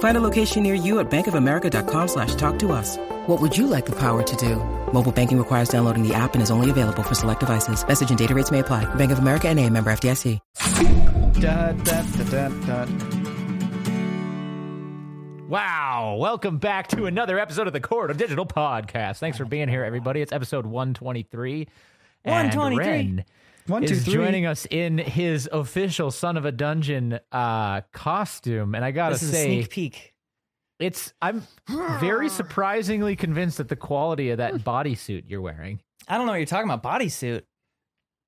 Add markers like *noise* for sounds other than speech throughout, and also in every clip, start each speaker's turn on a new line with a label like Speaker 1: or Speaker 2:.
Speaker 1: Find a location near you at bankofamerica.com slash talk to us. What would you like the power to do? Mobile banking requires downloading the app and is only available for select devices. Message and data rates may apply. Bank of America and a member FDIC.
Speaker 2: Da, da, da, da, da.
Speaker 3: Wow. Welcome back to another episode of the Corridor Digital Podcast. Thanks for being here, everybody. It's episode 123. And
Speaker 4: 123.
Speaker 3: Ren
Speaker 2: One, two,
Speaker 3: is
Speaker 2: three.
Speaker 3: joining us in his official Son of a Dungeon uh, costume. And I got to
Speaker 4: This is a
Speaker 3: say,
Speaker 4: sneak peek.
Speaker 3: it's I'm very surprisingly convinced at the quality of that bodysuit you're wearing.
Speaker 4: I don't know what you're talking about. Bodysuit.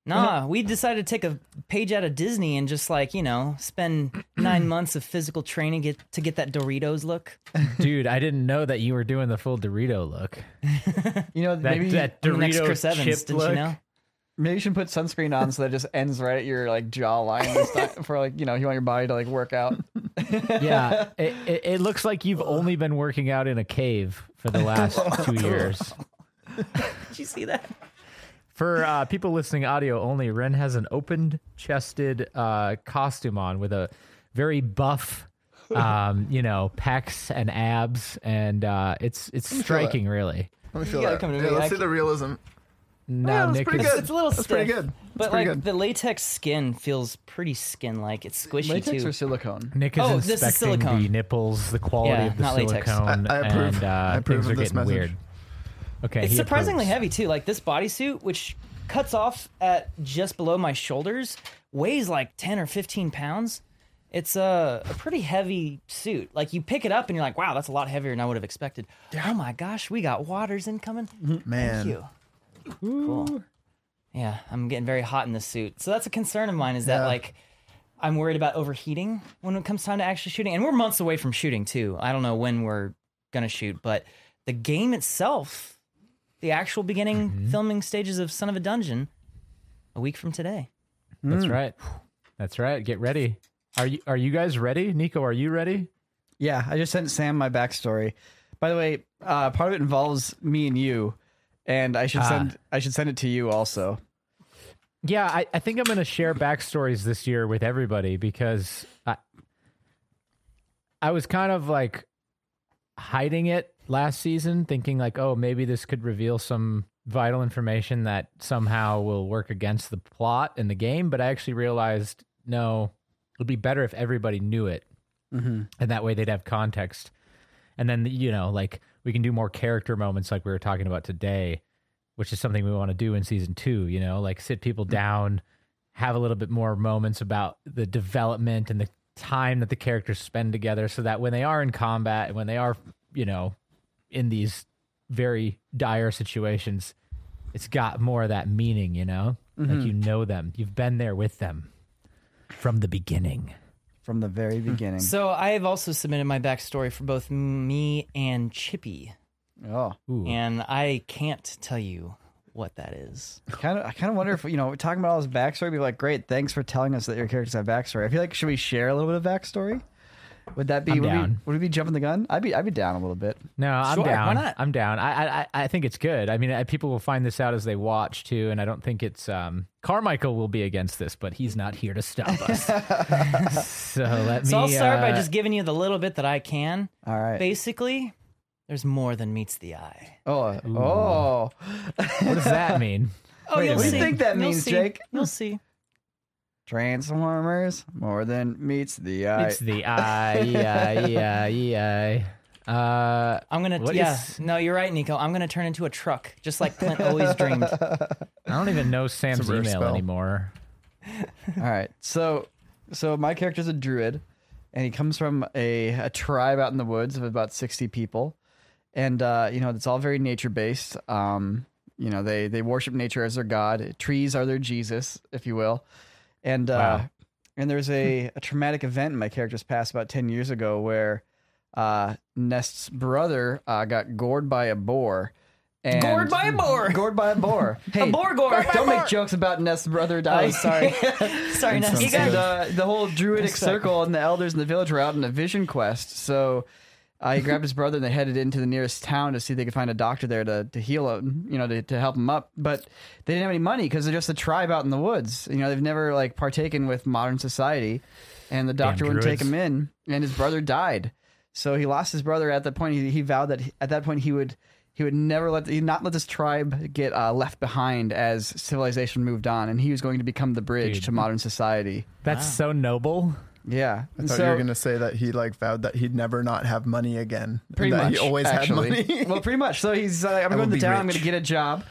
Speaker 4: Nah, we decided to take a page out of Disney and just like you know spend nine months of physical training get, to get that Doritos look.
Speaker 3: Dude, I didn't know that you were doing the full Dorito look.
Speaker 2: You know,
Speaker 3: That,
Speaker 2: maybe,
Speaker 3: that
Speaker 4: I'm the next
Speaker 3: Dorito
Speaker 4: Chris Evans,
Speaker 3: chip
Speaker 4: didn't
Speaker 3: look. *laughs*
Speaker 4: you know?
Speaker 2: maybe you should put sunscreen on so that it just ends right at your like jawline this
Speaker 4: *laughs*
Speaker 2: time for like you know you want your body to like work out.
Speaker 5: *laughs*
Speaker 3: yeah, it, it, it looks like you've only been working out in a cave for the
Speaker 5: *laughs*
Speaker 3: last two years.
Speaker 4: Did you see that?
Speaker 3: For uh, people listening audio only, Ren has an open chested uh, costume on with a very buff, um, you know, pecs and abs, and uh, it's it's striking, really.
Speaker 5: Let me feel
Speaker 4: You gotta
Speaker 5: that.
Speaker 4: come to
Speaker 5: Yeah,
Speaker 4: me,
Speaker 5: let's
Speaker 4: I
Speaker 5: see the realism.
Speaker 3: Now
Speaker 5: Oh, that's
Speaker 3: Nick
Speaker 5: pretty
Speaker 3: is
Speaker 5: good.
Speaker 4: It's a little
Speaker 5: That's
Speaker 4: stiff,
Speaker 5: pretty good. That's
Speaker 4: but
Speaker 5: pretty
Speaker 4: like
Speaker 5: good.
Speaker 4: the latex skin feels pretty skin like. It's squishy
Speaker 2: Latex
Speaker 4: too.
Speaker 2: or silicone?
Speaker 3: Nick is
Speaker 4: Oh, this is
Speaker 3: inspecting the
Speaker 4: silicone.
Speaker 3: nipples, the quality
Speaker 4: Yeah,
Speaker 3: of the
Speaker 4: not latex.
Speaker 3: silicone,
Speaker 5: I- I approve.
Speaker 3: and uh,
Speaker 5: I approve
Speaker 3: things
Speaker 5: of
Speaker 3: are
Speaker 5: this
Speaker 3: getting
Speaker 5: message.
Speaker 3: weird. Okay,
Speaker 4: it's
Speaker 3: he
Speaker 4: surprisingly
Speaker 3: approves.
Speaker 4: heavy too. Like this bodysuit, which cuts off at just below my shoulders, weighs like ten or fifteen pounds. It's a, a pretty heavy suit. Like you pick it up and you're like, wow, that's a lot heavier than I would have expected. Oh my gosh, we got waters incoming.
Speaker 3: Mm-hmm.
Speaker 4: Thank
Speaker 5: Man.
Speaker 4: you. Cool. Yeah, I'm getting very hot in this suit. So that's a concern of mine is that
Speaker 5: Yeah.
Speaker 4: like I'm worried about overheating when it comes time to actually shooting. And we're months away from shooting too. I don't know when we're gonna shoot, but the game itself, the actual beginning filming stages of Son of a Dungeon, a week from today.
Speaker 3: That's right. That's right. Get ready. Are you are you guys ready? Nico, are you ready?
Speaker 2: Yeah, I just sent Sam my backstory. By the way, uh, part of it involves me and you, and I should
Speaker 4: Ah.
Speaker 2: send I should send it to you also.
Speaker 3: Yeah, I, I think I'm going to share backstories this year with everybody because I, I was kind of like hiding it last season, thinking like, oh, maybe this could reveal some vital information that somehow will work against the plot in the game. But I actually realized, no, it would be better if everybody knew it. And that way they'd have context. And then, you know, like we can do more character moments like we were talking about today which is something we want to do in season two, you know, like sit people down, have a little bit more moments about the development and the time that the characters spend together so that when they are in combat and when they are, you know, in these very dire situations, it's got more of that meaning, you know? Like you know them. You've been there with them from the beginning.
Speaker 2: From the very beginning.
Speaker 4: Hmm. So I have also submitted my backstory for both me and Chippy.
Speaker 2: Oh,
Speaker 3: Ooh.
Speaker 4: And I can't tell you what that is.
Speaker 2: kind of. I kind of wonder if you know we're talking about all this backstory. Be like, great, thanks for telling us that your characters have backstory. I feel like should we share a little bit of backstory? Would that be
Speaker 3: I'm
Speaker 2: would,
Speaker 3: down.
Speaker 2: We, would we be jumping the gun? I'd be I'd be down a little bit.
Speaker 3: No, I'm
Speaker 4: Sure, why
Speaker 3: down.
Speaker 4: not?
Speaker 3: I'm down. I, I- I I think it's good. I mean, I, people will find this out as they watch too, and I don't think it's um, Carmichael will be against this, but he's not here to
Speaker 4: *laughs*
Speaker 3: stop us. so let me.
Speaker 4: So I'll start by
Speaker 3: uh,
Speaker 4: just giving you the little bit that I can.
Speaker 2: All right.
Speaker 4: Basically, there's more than meets the eye.
Speaker 2: Oh, oh,
Speaker 3: What does that
Speaker 4: *laughs*
Speaker 3: mean?
Speaker 4: Oh,
Speaker 2: Wait a
Speaker 4: you'll
Speaker 2: minute.
Speaker 4: see.
Speaker 2: What do you think that
Speaker 4: You'll
Speaker 2: means,
Speaker 4: see.
Speaker 2: Jake?
Speaker 4: You'll see.
Speaker 2: Transformers more than meets the eye.
Speaker 3: It's the I I I I. Uh,
Speaker 4: I'm gonna.
Speaker 3: What
Speaker 4: yeah.
Speaker 3: is-
Speaker 4: No, you're right, Nico. I'm gonna turn into
Speaker 2: *laughs*
Speaker 4: a truck, just like Clint always dreamed.
Speaker 3: I don't even know Sam's
Speaker 5: rare
Speaker 3: email
Speaker 5: spell.
Speaker 3: anymore.
Speaker 2: All right. So, so my character's a druid, and he comes from a, a tribe out in the woods of about sixty people, and uh, you know it's all very nature based. Um, you know they they worship nature as their god. Trees are their Jesus, if you will. And uh,
Speaker 3: Wow.
Speaker 2: and there's a, a traumatic event in my character's past about ten years ago where uh, Nest's brother uh, got gored by a boar. And
Speaker 4: Gored by a boar!
Speaker 2: Gored by a
Speaker 4: *laughs*
Speaker 2: boar. Hey,
Speaker 4: boar gore.
Speaker 2: Don't make jokes about Nest's brother dying. *laughs*
Speaker 4: Oh, sorry. sorry, Ness.
Speaker 2: You guys, uh, the whole druidic circle and the elders and the village were out on a vision quest. So uh, he grabbed his brother and they headed into the nearest town to see if they could find a doctor there to, to heal him, you know, to, to help him up. But they didn't have any money because they're just a tribe out in the woods. You know, they've never like partaken with modern society. And the doctor wouldn't take him
Speaker 3: druids.
Speaker 2: in. And his brother died. So he lost his brother at that point. He, he vowed that he- at that point he would. He would never let he not let this tribe get uh, left behind as civilization moved on, and he was going to become the bridge
Speaker 3: Dude.
Speaker 2: to modern society.
Speaker 4: Ah.
Speaker 3: That's so noble.
Speaker 2: Yeah.
Speaker 5: I thought you were gonna say that he like vowed that he'd never not have money again. and
Speaker 2: pretty
Speaker 5: that
Speaker 2: much.
Speaker 5: He always
Speaker 2: actually.
Speaker 5: had
Speaker 4: *laughs*
Speaker 5: money.
Speaker 2: *laughs* well, pretty much. So he's uh, I'm going
Speaker 5: will
Speaker 2: to
Speaker 5: be
Speaker 2: town. I'm
Speaker 5: rich.
Speaker 2: going to get a job,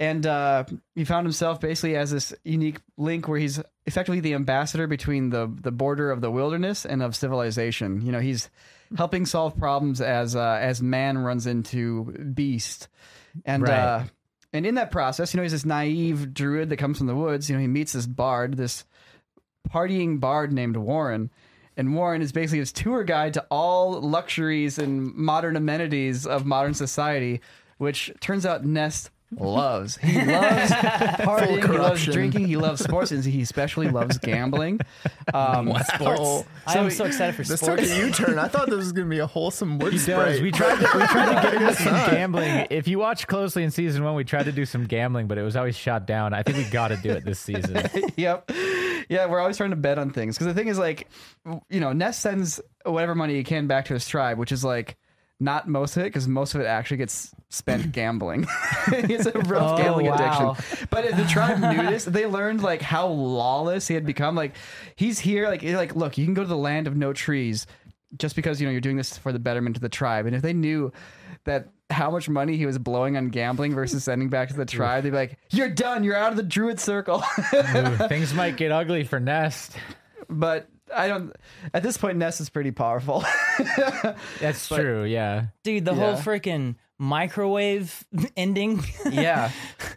Speaker 2: and uh, he found himself basically as this unique link where he's effectively the ambassador between the the border of the wilderness and of civilization. You know, he's helping solve problems as uh, as man runs into beast, and.
Speaker 3: Right.
Speaker 2: Uh, and in that process, you know, he's this naive druid that comes from the woods. You know, he meets this bard, this partying bard named Warren. And Warren is basically his tour guide to all luxuries and modern amenities of modern society, which turns out Nest loves. He loves partying, he loves
Speaker 5: corruption.
Speaker 2: drinking, he loves sports, and he especially loves gambling. Um,
Speaker 5: Oh,
Speaker 4: I am so excited for
Speaker 5: *laughs* this took
Speaker 4: sports.
Speaker 5: a U-turn. I thought this was gonna be a wholesome word
Speaker 3: Does.
Speaker 5: sprite.
Speaker 3: We tried to, we tried to get into some gambling. If you watch closely in season one, we tried to do some gambling, but it was always shot down. I think we got to do it this season.
Speaker 2: *laughs* yep. Yeah, we're always trying to bet on things. Because the thing is, like, w- you know, Ness sends whatever money he can back to his tribe, which is like not most of it, because most of it actually gets
Speaker 4: *clears throat*
Speaker 2: spent gambling. *laughs* it's a rough
Speaker 4: Oh,
Speaker 2: gambling
Speaker 4: wow.
Speaker 2: addiction. But if the
Speaker 4: *laughs*
Speaker 2: tribe knew this, they learned like how lawless he had become. Like, he's here, like, you're like, look, you can go to the land of no trees just because you know you're doing this for the betterment of the tribe. And if they knew that how much money he was blowing on gambling versus sending back to the tribe, they'd be like, You're done, you're out of the druid circle. *laughs*
Speaker 3: Ooh, things might get ugly for Nest.
Speaker 2: but I don't. At this point, Ness is pretty powerful. *laughs*
Speaker 3: That's true. Yeah.
Speaker 4: Dude, the whole
Speaker 2: Yeah.
Speaker 4: freaking microwave *laughs* ending.
Speaker 2: yeah,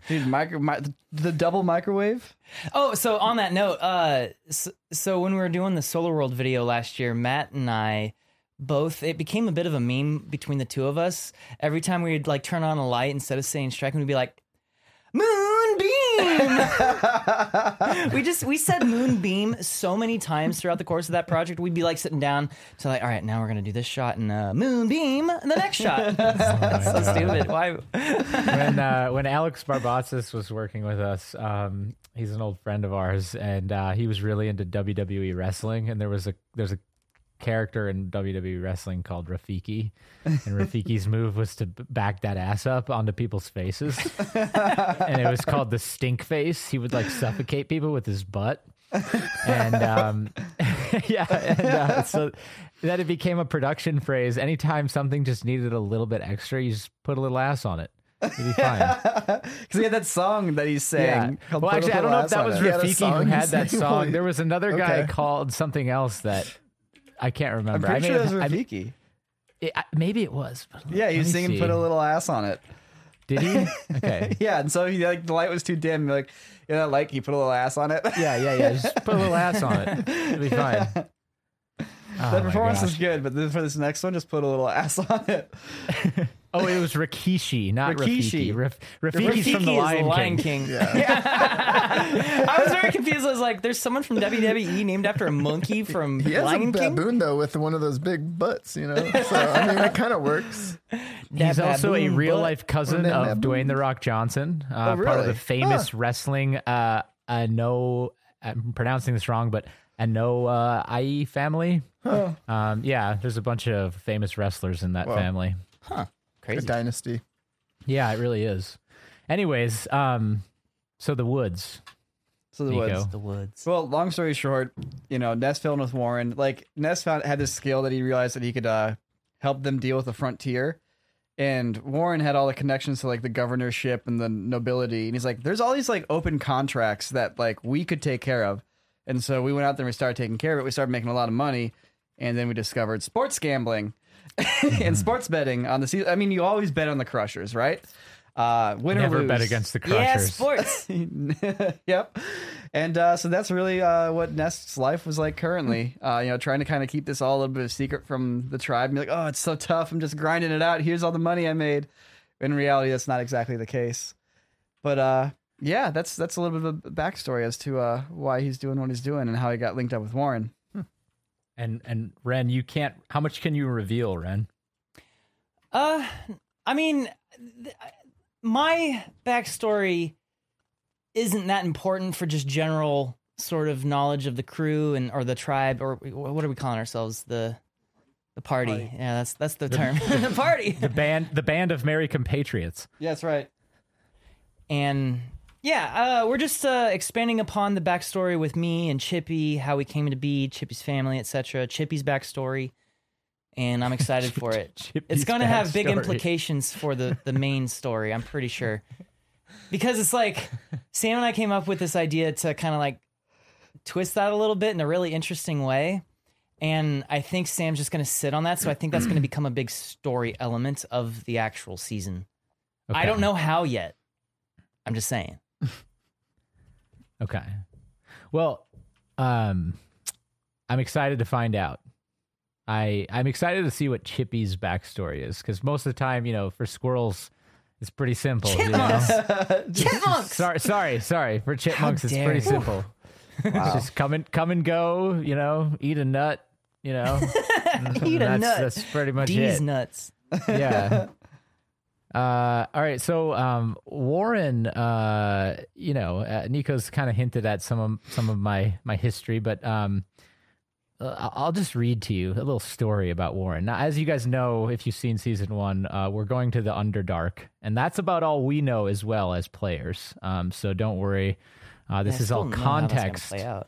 Speaker 2: dude, micro, mi- the double microwave. *laughs*
Speaker 4: Oh, so on that note, uh, so, so when we were doing the Solar World video last year, Matt and I both it became a bit of a meme between the two of us. Every time we'd like turn on a light instead of saying strike, we'd be like moonbeam. we just we said moonbeam so many times throughout the course of that project. We'd be like sitting down, so like, all right, now we're gonna do this shot and uh, moonbeam, and the next shot. so stupid. Why?
Speaker 3: when uh, when Alex Barbatsas was working with us, um, he's an old friend of ours, and uh, he was really into WWE wrestling. And there was a there's a character in WWE wrestling called Rafiki, and Rafiki's move was to b- back that ass up onto people's faces, and it was called the stink face. He would like suffocate people with his butt. and um, *laughs* yeah, and, uh, so that it became a production phrase. Anytime something just needed a little bit extra, you just put a little ass on it. You'd be fine.
Speaker 2: *laughs* Because he had that song that he sang.
Speaker 3: Yeah.
Speaker 2: called
Speaker 3: Well,
Speaker 2: Put a
Speaker 3: actually, I
Speaker 2: Little
Speaker 3: don't know if
Speaker 2: Ass
Speaker 3: that
Speaker 2: on
Speaker 3: was
Speaker 2: It.
Speaker 5: He had a
Speaker 3: Rafiki
Speaker 5: song
Speaker 3: who had
Speaker 2: *laughs*
Speaker 5: his
Speaker 3: that *laughs*
Speaker 5: name
Speaker 3: song.
Speaker 5: was-
Speaker 3: There was another guy
Speaker 5: Okay.
Speaker 3: called something else that I can't
Speaker 2: I'm
Speaker 3: remember.
Speaker 2: pretty
Speaker 3: I
Speaker 2: sure that
Speaker 3: may
Speaker 2: was
Speaker 3: have- I-
Speaker 2: Rafiki.
Speaker 3: it- I- maybe it was. But
Speaker 2: yeah, he
Speaker 3: let
Speaker 2: was
Speaker 3: me
Speaker 2: singing
Speaker 3: see.
Speaker 2: "Put a Little Ass on It."
Speaker 3: Did
Speaker 2: *laughs*
Speaker 3: he? Okay.
Speaker 2: Yeah, and so he like the light was too dim. Like, you know, that light, he put a little ass on it.
Speaker 3: Yeah, yeah, yeah. Just put a little ass on it. It'll be fine. Oh,
Speaker 2: *laughs* the
Speaker 3: my
Speaker 2: performance is
Speaker 3: gosh.
Speaker 2: good, but then for this next one, just put a little ass on it.
Speaker 3: Oh, it was Rikishi, not
Speaker 2: Rikishi.
Speaker 3: Rafiki. Raf- Rafiki's from the
Speaker 4: Rafiki is
Speaker 3: Lion, King.
Speaker 4: *laughs*
Speaker 5: Yeah.
Speaker 3: *laughs*
Speaker 4: I was very confused. I was like, there's someone from WWE named after a monkey from
Speaker 5: *laughs* He has
Speaker 4: Lion
Speaker 5: a
Speaker 4: King?
Speaker 5: baboon though with one of those big butts, you know. So I mean, it kind
Speaker 4: *laughs*
Speaker 5: of works.
Speaker 3: He's
Speaker 4: That
Speaker 3: also a
Speaker 4: baboon
Speaker 3: real
Speaker 4: butt.
Speaker 3: life cousin
Speaker 5: That
Speaker 3: of
Speaker 5: baboon.
Speaker 3: Dwayne the Rock Johnson, uh,
Speaker 2: Oh,
Speaker 3: part of
Speaker 2: really?
Speaker 3: the famous wrestling. Uh, I know I'm pronouncing this wrong, but I know uh, IE family. Um, yeah, there's a bunch of famous wrestlers in that family.
Speaker 5: A dynasty.
Speaker 3: Yeah, it really is. Anyways, um, so the woods.
Speaker 2: So the
Speaker 3: Nico.
Speaker 2: woods.
Speaker 4: The woods.
Speaker 2: Well, long story short, you know, Ness fell in with Warren. Like Ness found had this skill that he realized that he could uh, help them deal with the frontier. And Warren had all the connections to like the governorship and the nobility. And he's like, there's all these like open contracts that like we could take care of. And so we went out there and we started taking care of it. We started making a lot of money. And then we discovered sports gambling *laughs*
Speaker 3: Mm-hmm.
Speaker 2: and sports betting on the season. I mean, you always bet on the crushers, right? Uh, win or
Speaker 3: Never bet
Speaker 2: lose.
Speaker 3: against the crushers.
Speaker 4: Yeah,
Speaker 3: *laughs*
Speaker 4: sports.
Speaker 2: *laughs* yep. And uh, so that's really uh, what Nest's life was like currently. Uh, you know, trying to kind of keep this all a little bit of secret from the tribe. And be like, oh, it's so tough. I'm just grinding it out. Here's all the money I made. In reality, that's not exactly the case. But uh, yeah, that's that's a little bit of a backstory as to uh, why he's doing what he's doing and how he got linked up with Warren.
Speaker 3: And and Ren, you can't. How much can you reveal, Ren?
Speaker 4: Uh, I mean, th- my backstory isn't that important for just general sort of knowledge of the crew and or the tribe or wh- what are we calling ourselves the the party? Yeah, that's that's
Speaker 3: *laughs*
Speaker 4: the term. the party.
Speaker 3: The band, the band of merry compatriots.
Speaker 2: Yeah, that's right.
Speaker 4: And yeah, uh, we're just uh, expanding upon the backstory with me and Chippy, how we came to be, Chippy's family, etc. Chippy's backstory, and
Speaker 3: *laughs*
Speaker 4: I'm excited for it. it's
Speaker 3: Chippy's
Speaker 4: going to have big
Speaker 3: backstory.
Speaker 4: implications for the the main story. I'm pretty
Speaker 3: *laughs*
Speaker 4: sure because it's like Sam and I came up with this idea to kind of like twist that a little bit in a really interesting way. And I think Sam's just going to sit on that. So I think that's going to become a big story element of the actual season. I
Speaker 3: Okay.
Speaker 4: don't know how yet. I'm just saying.
Speaker 3: Okay. Well, um, I'm excited to find out. I I'm excited to see what Chippy's backstory is because most of the time, you know, for squirrels, it's pretty simple. you know?
Speaker 4: Chipmunks.
Speaker 3: sorry, sorry, sorry. For chipmunks, it's
Speaker 4: dare
Speaker 3: pretty
Speaker 4: you.
Speaker 3: simple. It's just come and come and go. You know, eat a nut. You know,
Speaker 4: *laughs* Eat a
Speaker 3: that's,
Speaker 4: nut.
Speaker 3: That's pretty much it.
Speaker 4: These nuts. *laughs*
Speaker 3: yeah. Uh, all right, so um, Warren, uh, you know, uh, Nico's kind of hinted at some of some of my my history, but um, uh, I- I'll just read to you a little story about Warren. Now, as you guys know, if you've seen season one, uh, we're going to the Underdark, and that's about all we know as well as players. Um, so don't worry, uh, this
Speaker 4: I
Speaker 3: is all
Speaker 4: still don't know how that's gonna
Speaker 3: context
Speaker 4: play out.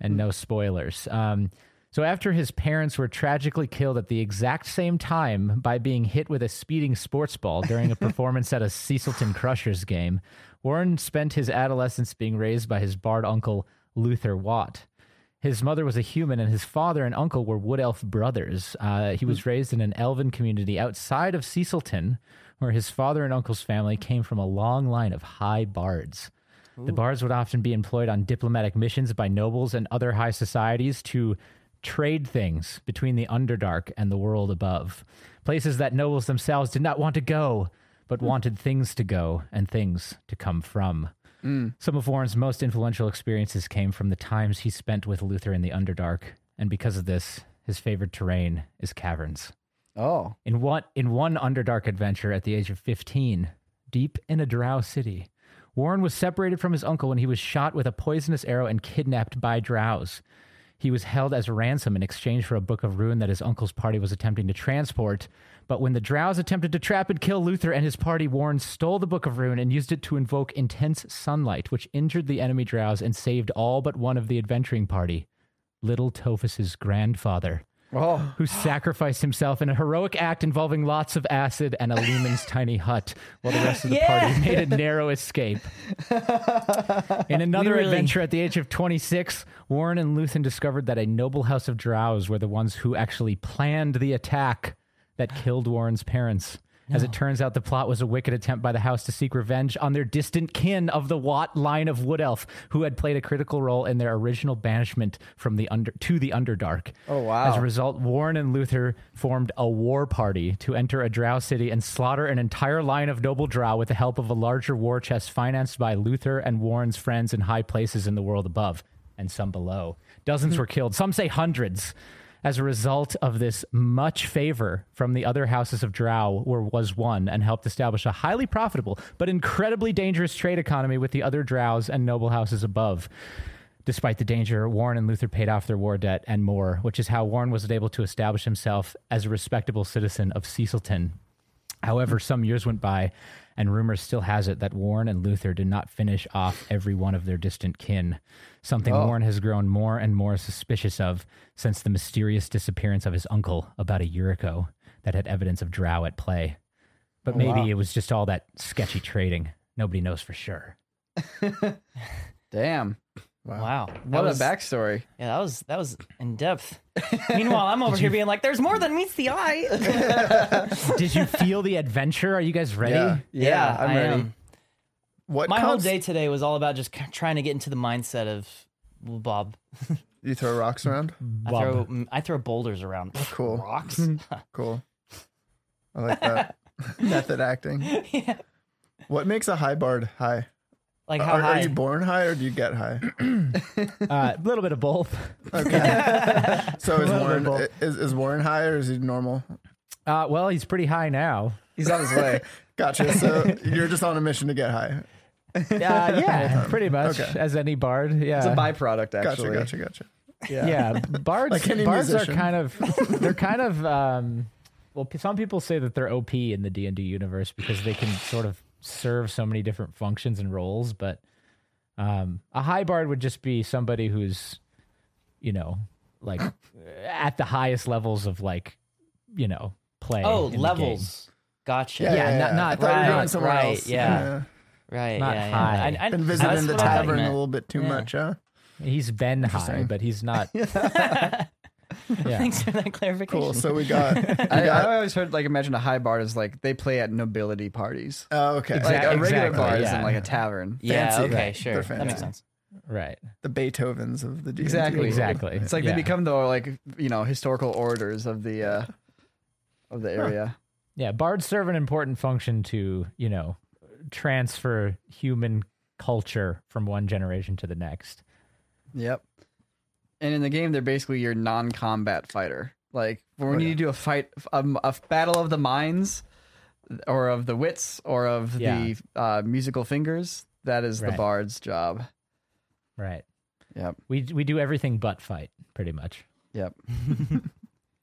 Speaker 3: and no spoilers. Um, so after his parents were tragically killed at the exact same time by being hit with a speeding sports ball during a performance at a Cecilton Crushers game, Warren spent his adolescence being raised by his bard uncle Luther Watt. His mother was a human, and his father and uncle were wood elf brothers. Uh, he was raised in an elven community outside of Cecilton, where his father and uncle's family came from a long line of high bards. The bards would often be employed on diplomatic missions by nobles and other high societies to trade things between the Underdark and the world above, places that nobles themselves did not want to go, but wanted things to go and things to come from. Some of Warren's most influential experiences came from the times he spent with Luther in the Underdark, and because of this, his favorite terrain is caverns.
Speaker 2: Oh,
Speaker 3: In one in one Underdark adventure at the age of 15, deep in a drow city, Warren was separated from his uncle when he was shot with a poisonous arrow and kidnapped by drows. He was held as ransom in exchange for a book of ruin that his uncle's party was attempting to transport. But when the drows attempted to trap and kill Luther and his party, Warren stole the book of ruin and used it to invoke intense sunlight, which injured the enemy drows and saved all but one of the adventuring party, little Tophus's grandfather
Speaker 2: oh,
Speaker 3: *gasps* who sacrificed himself in a heroic act involving lots of acid and a lumen's tiny hut, while the rest of the party made a narrow escape.
Speaker 2: *laughs*
Speaker 3: In another
Speaker 4: We really-
Speaker 3: adventure at the age of 26, Warren and Luthen discovered that a noble house of drows were the ones who actually planned the attack that killed Warren's parents. As it turns out, the plot was a wicked attempt by the house to seek revenge on their distant kin of the Watt line of Wood Elf, who had played a critical role in their original banishment from the under to the Underdark.
Speaker 2: Oh, wow.
Speaker 3: As a result, Warren and Luther formed a war party to enter a drow city and slaughter an entire line of noble drow with the help of a larger war chest financed by Luther and Warren's friends in high places in the world above and some below. Dozens were killed, some say hundreds. As a result of this, much favor from the other houses of Drow were, was won and helped establish a highly profitable but incredibly dangerous trade economy with the other Drows and noble houses above. Despite the danger, Warren and Luther paid off their war debt and more, which is how Warren was able to establish himself as a respectable citizen of Cecilton. However, some years went by, and rumor still has it that Warren and Luther did not finish off every one of their distant kin, something Warren has grown more and more suspicious of since the mysterious disappearance of his uncle about a year ago that had evidence of drow at play. But maybe it was just all that sketchy trading. Nobody knows for sure.
Speaker 2: damn.
Speaker 4: Wow. That
Speaker 2: What
Speaker 4: was-
Speaker 2: a backstory.
Speaker 4: Yeah, that was that was in depth. Meanwhile, I'm over here being like, "There's more than meets the eye."
Speaker 3: Did you feel the adventure? Are you guys ready?
Speaker 5: Yeah.
Speaker 4: *laughs* yeah,
Speaker 2: I'm
Speaker 4: I
Speaker 2: ready.
Speaker 4: am.
Speaker 5: What
Speaker 4: My whole
Speaker 5: const-
Speaker 4: day today was all about just c- trying to get into the mindset of well, Bob.
Speaker 5: You throw rocks around.
Speaker 4: I
Speaker 3: Bob.
Speaker 4: throw mm, I throw boulders around.
Speaker 5: Oh, Cool. *laughs*
Speaker 4: Rocks.
Speaker 5: Cool. I
Speaker 4: *laughs*
Speaker 5: like that method acting.
Speaker 4: yeah.
Speaker 5: What makes a high bard high?
Speaker 4: Like how
Speaker 5: Are,
Speaker 4: high?
Speaker 5: are you born high or do you get high?
Speaker 3: *laughs* A little bit of both.
Speaker 5: So is Warren
Speaker 3: both.
Speaker 5: is, is Warren high or is he normal?
Speaker 3: Uh, well, he's pretty high now.
Speaker 2: He's on his way.
Speaker 5: Gotcha. So you're just on a mission to get high.
Speaker 3: Uh, yeah, *laughs* pretty much
Speaker 5: Okay.
Speaker 3: as any bard. Yeah,
Speaker 4: *laughs*
Speaker 2: It's a byproduct,
Speaker 5: Gotcha.
Speaker 2: actually.
Speaker 5: Gotcha. Gotcha.
Speaker 3: yeah.
Speaker 5: *laughs*
Speaker 3: Bards,
Speaker 5: Like any
Speaker 3: bards
Speaker 5: musician.
Speaker 3: are kind
Speaker 5: *laughs*
Speaker 3: of they're kind of um, well. p- Some people say that they're OP in the D and D universe because they can sort of serve so many different functions and roles. But um, a high bard would just be somebody who's, you know, like uh, at the highest levels of like, you know, play.
Speaker 4: oh,
Speaker 3: in the game.
Speaker 4: levels. Gotcha.
Speaker 3: Yeah, not- not-
Speaker 5: I thought you were
Speaker 4: right,
Speaker 5: going somewhere
Speaker 4: right,
Speaker 5: else.
Speaker 4: yeah. Right.
Speaker 3: Not
Speaker 4: yeah,
Speaker 3: high.
Speaker 4: Yeah. I, I,
Speaker 5: Been
Speaker 4: that's
Speaker 5: visiting the
Speaker 4: what I thought you
Speaker 5: tavern a
Speaker 4: meant.
Speaker 5: little bit too much, huh?
Speaker 3: He's been high, but he's
Speaker 5: *laughs*
Speaker 3: not. yeah.
Speaker 4: *laughs* Thanks for that clarification.
Speaker 5: Cool. So we got. We
Speaker 2: I, I
Speaker 5: got
Speaker 2: always heard like imagine a high bar is like they play at nobility parties.
Speaker 5: oh, okay.
Speaker 2: Like a regular
Speaker 3: exactly,
Speaker 2: bar is
Speaker 3: yeah.
Speaker 2: in like a tavern.
Speaker 4: Yeah.
Speaker 5: fancy.
Speaker 4: Okay.
Speaker 5: Right.
Speaker 4: Sure.
Speaker 5: They're
Speaker 4: That makes
Speaker 5: fancy.
Speaker 4: sense.
Speaker 3: Right.
Speaker 5: the Beethovens of the D.
Speaker 2: Exactly.
Speaker 3: Exactly.
Speaker 2: It's like
Speaker 3: Yeah.
Speaker 2: they become the like you know historical orators of the uh of the area.
Speaker 3: Yeah, bards serve an important function to, you know, transfer human culture from one generation to the next.
Speaker 2: Yep. And in the game, they're basically your non-combat fighter. Like when
Speaker 3: Oh,
Speaker 2: you do a fight, um, a battle of the minds, or of the wits, or of
Speaker 3: Yeah.
Speaker 2: the uh, musical fingers. That is
Speaker 3: Right.
Speaker 2: the bard's job. *laughs*
Speaker 3: Right.
Speaker 2: Yep.
Speaker 3: We we do everything but fight, pretty much.
Speaker 2: Yep.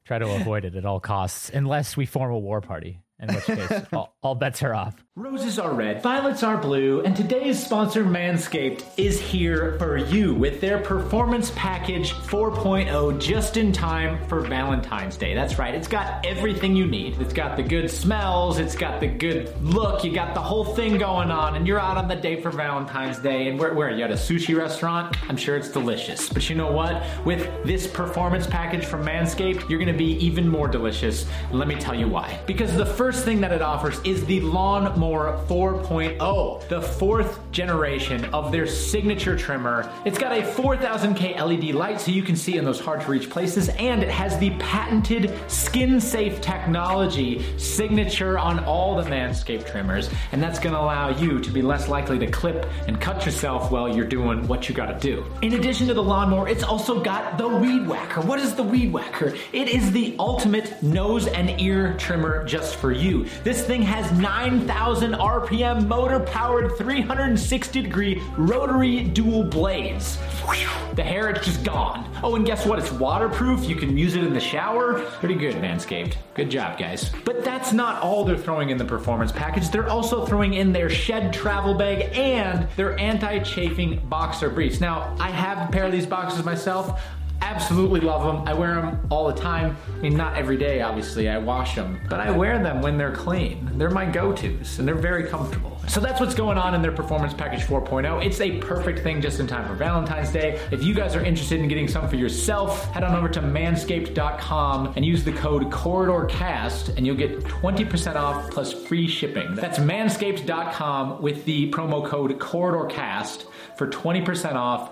Speaker 3: Try to avoid it at all costs, unless we form a war party, in which
Speaker 6: *laughs*
Speaker 3: case all, all bets are off.
Speaker 6: Roses are red, violets are blue, and today's sponsor, Manscaped, is here for you with their Performance Package 4.0 just in time for Valentine's Day. That's right, it's got everything you need. It's got the good smells, it's got the good look, you got the whole thing going on, and you're out on the date for Valentine's Day. And where, where are you at a sushi restaurant? I'm sure it's delicious. But you know what? With this Performance Package from Manscaped, you're gonna be even more delicious. Let me tell you why. Because the first thing that it offers is the Lawnmower 4.0, the fourth generation of their signature trimmer. It's got a 4000K LED E light so you can see in those hard to reach places, and it has the patented skin safe technology signature on all the Manscaped trimmers, and that's gonna allow you to be less likely to clip and cut yourself while you're doing what you gotta do. In addition to the lawnmower, it's also got the Weed Whacker. What is the Weed Whacker? It is the ultimate nose and ear trimmer just for you. This thing has 9,000 RPM motor powered 360 degree rotary dual blades. Whew, the hair, it's just gone. Oh, and guess what? It's waterproof. You can use it in the shower. Pretty good, Manscaped. Good job, guys. But that's not all they're throwing in the performance package. They're also throwing in their shed travel bag and their anti chafing boxer briefs. Now, I have a pair of these boxers myself. Absolutely love them. I wear them all the time. I mean, not every day, obviously. I wash them, but I wear them when they're clean. They're my go tos, and they're very comfortable. So that's what's going on in their Performance Package 4.0. It's a perfect thing just in time for Valentine's Day. If you guys are interested in getting some for yourself, head on over to manscaped.com and use the code CorridorCast, and you'll get 20% off plus free shipping. That's manscaped.com with the promo code CorridorCast for 20% off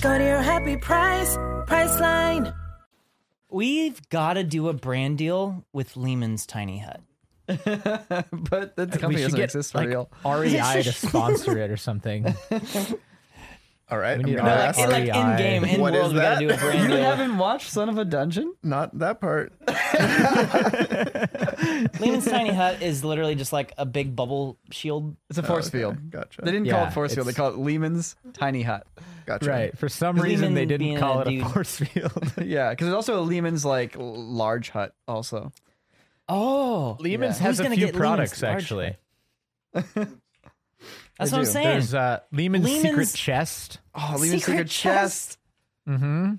Speaker 7: Go to your happy price, Priceline.
Speaker 4: We've got to do a brand deal with Lehman's Tiny Hut.
Speaker 2: But the company doesn't exist for
Speaker 3: like, *laughs*
Speaker 6: *laughs*
Speaker 2: real.
Speaker 6: E
Speaker 3: REI to sponsor it or something.
Speaker 5: All right. I'm
Speaker 3: need
Speaker 5: gonna
Speaker 3: all-
Speaker 5: ask.
Speaker 4: In, like in
Speaker 3: REI.
Speaker 4: game, in
Speaker 5: What
Speaker 4: world,
Speaker 5: is
Speaker 4: we got
Speaker 5: that?
Speaker 4: to
Speaker 5: *laughs*
Speaker 4: do a brand
Speaker 2: You
Speaker 4: deal.
Speaker 2: haven't watched Son of a Dungeon?
Speaker 5: Not that part.
Speaker 4: Lehman's Tiny Hut is literally just like a big bubble shield.
Speaker 5: *laughs*
Speaker 2: It's a force field.
Speaker 5: Gotcha.
Speaker 2: They didn't call
Speaker 3: Oh, Yeah,
Speaker 2: it force field. They
Speaker 3: it's-
Speaker 2: call it Lehman's Tiny Hut.
Speaker 3: *laughs* *laughs*
Speaker 5: Gotcha.
Speaker 3: Right. For some reason, they
Speaker 4: Lehman
Speaker 3: didn't
Speaker 4: being
Speaker 3: call
Speaker 4: a
Speaker 3: it a
Speaker 4: dude.
Speaker 3: force
Speaker 6: *laughs*
Speaker 3: field.
Speaker 2: yeah, because there's also a Lehman's like l- large hut also.
Speaker 4: Oh,
Speaker 3: Lehman's
Speaker 4: Who's
Speaker 3: has a
Speaker 4: gonna
Speaker 3: few
Speaker 4: get Lehman's
Speaker 3: products
Speaker 4: large
Speaker 3: actually.
Speaker 4: one? that's
Speaker 2: They
Speaker 4: what
Speaker 2: do.
Speaker 4: I'm saying.
Speaker 3: There's uh, Lehman's, secret
Speaker 4: Lehman's-
Speaker 3: chest.
Speaker 2: Oh, Lehman's
Speaker 4: Secret
Speaker 2: secret chest.
Speaker 3: Mm-hmm.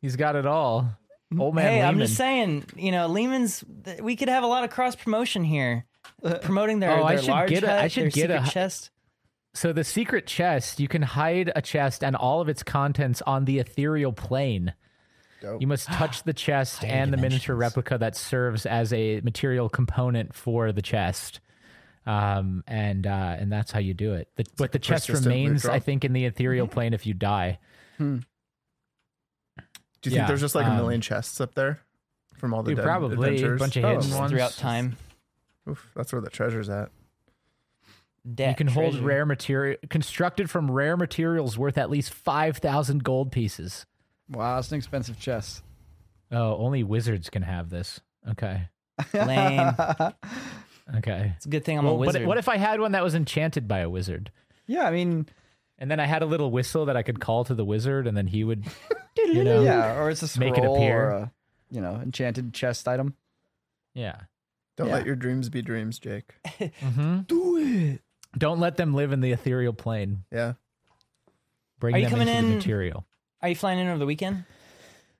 Speaker 3: He's got it all. Old man
Speaker 4: hey,
Speaker 3: Lehman.
Speaker 4: I'm just saying, you know, Lehman's. th- We could have a lot of cross promotion here,
Speaker 5: Uh,
Speaker 4: promoting their,
Speaker 3: Oh, I
Speaker 4: their
Speaker 3: should
Speaker 4: large
Speaker 3: get a-
Speaker 4: hut,
Speaker 3: I should
Speaker 4: their
Speaker 3: get a
Speaker 4: secret
Speaker 3: hu-
Speaker 4: chest.
Speaker 3: So the secret chest, you can hide a chest and all of its contents on the ethereal plane.
Speaker 5: Dope.
Speaker 3: You must touch the chest and the miniature replica that serves as a material component for the chest. Um, and uh, and that's how you do it. The, but the chest
Speaker 5: persistent loop
Speaker 3: remains, I
Speaker 5: drop.
Speaker 3: think, in the ethereal plane if you die.
Speaker 5: Do you think
Speaker 3: Yeah,
Speaker 5: there's just like
Speaker 3: um,
Speaker 5: a million chests up there from all the
Speaker 3: Dude,
Speaker 5: dead
Speaker 3: probably
Speaker 5: adventures?
Speaker 3: a bunch of hidden
Speaker 5: Oh,
Speaker 3: ones.
Speaker 4: throughout time.
Speaker 5: Oof, that's where the treasure's at.
Speaker 4: Debt,
Speaker 3: you can hold
Speaker 4: treasure.
Speaker 3: rare material constructed from rare materials worth at least five thousand gold pieces.
Speaker 2: Wow, it's an expensive chest.
Speaker 3: Oh, only wizards can have this. Okay, *laughs*
Speaker 4: Lame.
Speaker 3: okay.
Speaker 4: It's a good thing I'm a
Speaker 3: Well, but
Speaker 4: wizard.
Speaker 3: what if I had one that was enchanted by a wizard?
Speaker 2: Yeah, I mean,
Speaker 3: And then I had a little whistle that I could call to the wizard, and then he
Speaker 4: *laughs*
Speaker 3: would, you know, yeah.
Speaker 2: yeah, or it's a scroll
Speaker 3: Make it appear.
Speaker 2: or a you know enchanted chest item.
Speaker 5: Don't
Speaker 2: Yeah.
Speaker 5: let your dreams be dreams, Jake. *laughs*
Speaker 4: do it?
Speaker 3: Don't let them live in the ethereal plane.
Speaker 5: Yeah.
Speaker 3: Bring
Speaker 4: Are you
Speaker 3: them
Speaker 4: coming
Speaker 3: into the
Speaker 4: in-
Speaker 3: material.
Speaker 4: Are you flying in over the weekend?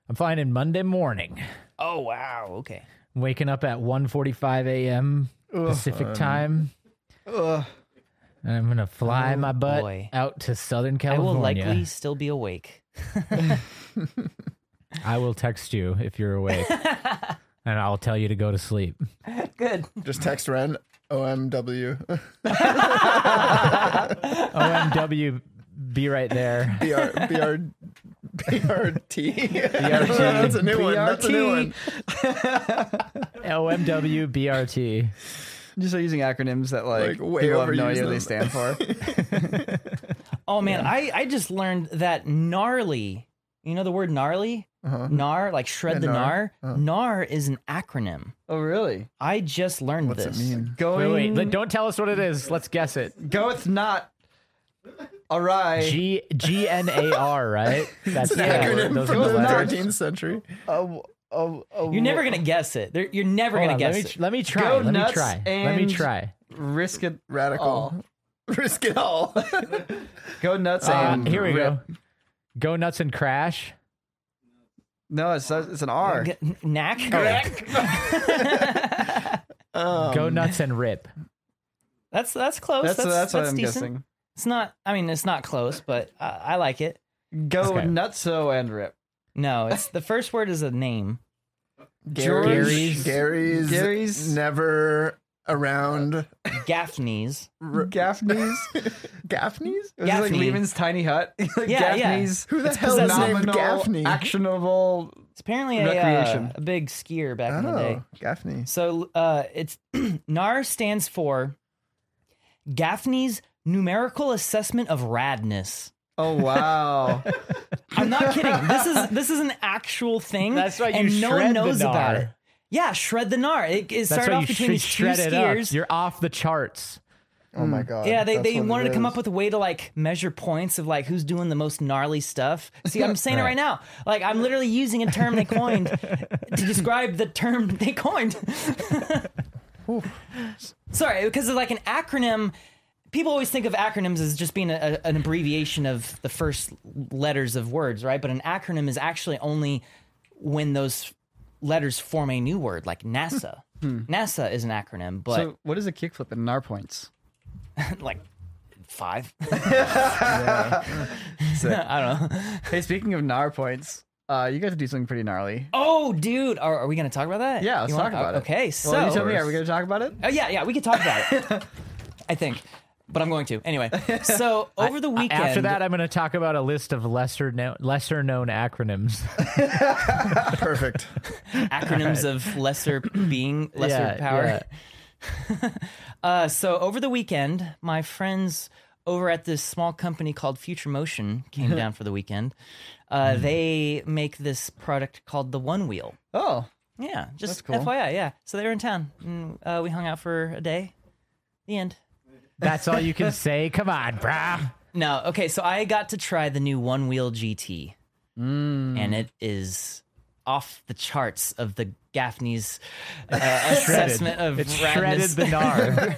Speaker 3: I'm flying in Monday morning,
Speaker 4: Oh wow. Okay.
Speaker 3: waking up at 1.45 a.m. Pacific
Speaker 4: Um,
Speaker 3: time,
Speaker 2: Ugh.
Speaker 3: and I'm gonna fly
Speaker 4: Oh,
Speaker 3: my butt
Speaker 4: boy.
Speaker 3: out to Southern
Speaker 4: I
Speaker 3: California.
Speaker 4: will likely still be awake.
Speaker 3: I will text you if you're
Speaker 4: *laughs*
Speaker 3: awake, and I'll tell you to go to sleep.
Speaker 4: Good.
Speaker 5: Just text Ren *laughs* OMW.
Speaker 3: OMW, be right there.
Speaker 5: BR, BR, *laughs* BRT.
Speaker 3: BRT.
Speaker 5: That's a new one. That's a new one.
Speaker 3: OMW, BRT.
Speaker 2: Just like using acronyms that like,
Speaker 5: Like, way
Speaker 2: people have no
Speaker 5: overuse
Speaker 2: idea what they
Speaker 5: them.
Speaker 2: stand for.
Speaker 3: *laughs*
Speaker 4: Oh man, I, I just learned that gnarly. You know the word gnarly?
Speaker 5: Uh-huh.
Speaker 4: Gnar, like shred
Speaker 5: Yeah,
Speaker 4: the gnar.
Speaker 5: gnar. Uh-huh.
Speaker 4: Gnar is an acronym.
Speaker 2: oh, really?
Speaker 4: I just learned
Speaker 5: What's
Speaker 4: this.
Speaker 5: it mean?
Speaker 2: Going
Speaker 3: Wait, wait, let- don't tell us what it is. Let's guess it.
Speaker 2: goeth not awry.
Speaker 3: G G N A R, right? That's
Speaker 5: It's an
Speaker 3: yeah,
Speaker 5: acronym
Speaker 3: those
Speaker 5: from
Speaker 3: are
Speaker 5: the
Speaker 3: the letters.
Speaker 5: 13th century.
Speaker 2: Oh, oh, oh,
Speaker 4: You're never gonna guess it. There- You're never
Speaker 3: Hold
Speaker 4: gonna
Speaker 3: on,
Speaker 4: guess
Speaker 3: let me
Speaker 4: it.
Speaker 3: tr- let me try.
Speaker 2: Go
Speaker 3: let me
Speaker 2: nuts
Speaker 3: try. Let me
Speaker 2: and-
Speaker 3: try.
Speaker 2: risk it.
Speaker 5: Radical.
Speaker 2: all.
Speaker 5: *laughs* Risk it all.
Speaker 2: Go nuts.
Speaker 3: Uh,
Speaker 2: and
Speaker 3: here we
Speaker 2: rip.
Speaker 3: go. Go nuts and crash.
Speaker 2: No, it's it's an R.
Speaker 4: G- knack?
Speaker 3: go nuts and rip.
Speaker 4: That's that's close.
Speaker 2: That's
Speaker 4: Oh, That's
Speaker 2: that's,
Speaker 4: that's,
Speaker 2: what I'm
Speaker 4: decent.
Speaker 2: guessing.
Speaker 4: It's not. I mean, it's not close, but I, I like it.
Speaker 2: Go
Speaker 3: Okay.
Speaker 2: nutso and rip.
Speaker 4: No, it's the first word is a name.
Speaker 2: George-
Speaker 5: Gary's. Gary's.
Speaker 2: Gary's-
Speaker 5: Never around.
Speaker 4: Gaffney's.
Speaker 5: *laughs*
Speaker 2: Gaffney's.
Speaker 5: Gaffney's?
Speaker 2: It was like
Speaker 4: Gaffney.
Speaker 2: Lehman's tiny hut. *laughs* like
Speaker 4: Yeah, yeah.
Speaker 2: Gaffney's.
Speaker 5: Who the
Speaker 2: It's
Speaker 5: hell is named
Speaker 2: nominal,
Speaker 5: Gaffney?
Speaker 2: Actionable.
Speaker 4: It's apparently a, uh,
Speaker 2: Recreation.
Speaker 4: a big skier back in the day.
Speaker 5: Oh, Gaffney.
Speaker 4: So uh, it's *clears throat* NAR stands for Gaffney's Numerical Assessment of Radness.
Speaker 2: Oh
Speaker 5: *laughs*
Speaker 2: wow.
Speaker 4: I'm not kidding. This is this is an actual thing.
Speaker 3: That's right, you
Speaker 4: And no
Speaker 3: shred
Speaker 4: one
Speaker 3: the
Speaker 4: knows about
Speaker 3: gnar.
Speaker 4: it. Yeah, shred the NAR. It, it
Speaker 3: That's
Speaker 4: started
Speaker 3: why
Speaker 4: off
Speaker 3: you
Speaker 4: between
Speaker 3: should
Speaker 4: these two
Speaker 3: shred it up.
Speaker 4: skiers.
Speaker 3: You're off the charts.
Speaker 5: Oh my god.
Speaker 4: Yeah, they,
Speaker 5: that's
Speaker 4: they
Speaker 5: what
Speaker 4: wanted
Speaker 5: it
Speaker 4: to come
Speaker 5: is.
Speaker 4: up with a way to like measure points of like who's doing the most gnarly stuff. See,
Speaker 5: *laughs*
Speaker 4: I'm saying it
Speaker 3: Right.
Speaker 4: right now. Like I'm literally using a term they coined to describe the term they coined. Sorry, because it's like an acronym. People always think of acronyms as just being a, a- an abbreviation of the first letters of words, right? But an acronym is actually only when those letters form a new word, like NASA.
Speaker 5: Hmm.
Speaker 4: NASA is an acronym, but
Speaker 2: so what is a kickflip in NAR points?
Speaker 4: *laughs* like five.
Speaker 2: Hey, speaking of NAR points, uh, you guys do something pretty gnarly.
Speaker 4: Oh, dude, are, are we gonna talk about that?
Speaker 2: Yeah, let's
Speaker 4: You wanna-
Speaker 2: talk about
Speaker 4: oh,
Speaker 2: it.
Speaker 4: Okay, so
Speaker 2: Well, you tell me, are we going to talk about it?
Speaker 4: Oh, yeah, yeah, we can talk about it.
Speaker 2: *laughs*
Speaker 4: I think, but I'm going to anyway.
Speaker 2: *laughs*
Speaker 4: So over the weekend,
Speaker 3: After that, I'm going to talk about a list of lesser known, lesser known acronyms. *laughs*
Speaker 5: Perfect.
Speaker 4: acronyms of
Speaker 2: *laughs*
Speaker 4: lesser being, lesser
Speaker 3: Yeah, yeah.
Speaker 4: power. *laughs* Uh, so over the weekend, my friends over at this small company called Future Motion came
Speaker 2: Mm-hmm.
Speaker 4: down for the weekend. Uh, They make this product called the One Wheel.
Speaker 2: Oh,
Speaker 4: Yeah, just
Speaker 2: cool.
Speaker 4: FYI, yeah. So they were in town, and uh, we hung out for a day. The end.
Speaker 3: That's all you can say. Come on, brah.
Speaker 4: No, okay, so I got to try the new one wheel GT,
Speaker 5: Mm.
Speaker 4: and it is off the charts of the Gaffney's uh, assessment of
Speaker 3: It's shredded
Speaker 4: radness.
Speaker 3: the gnar.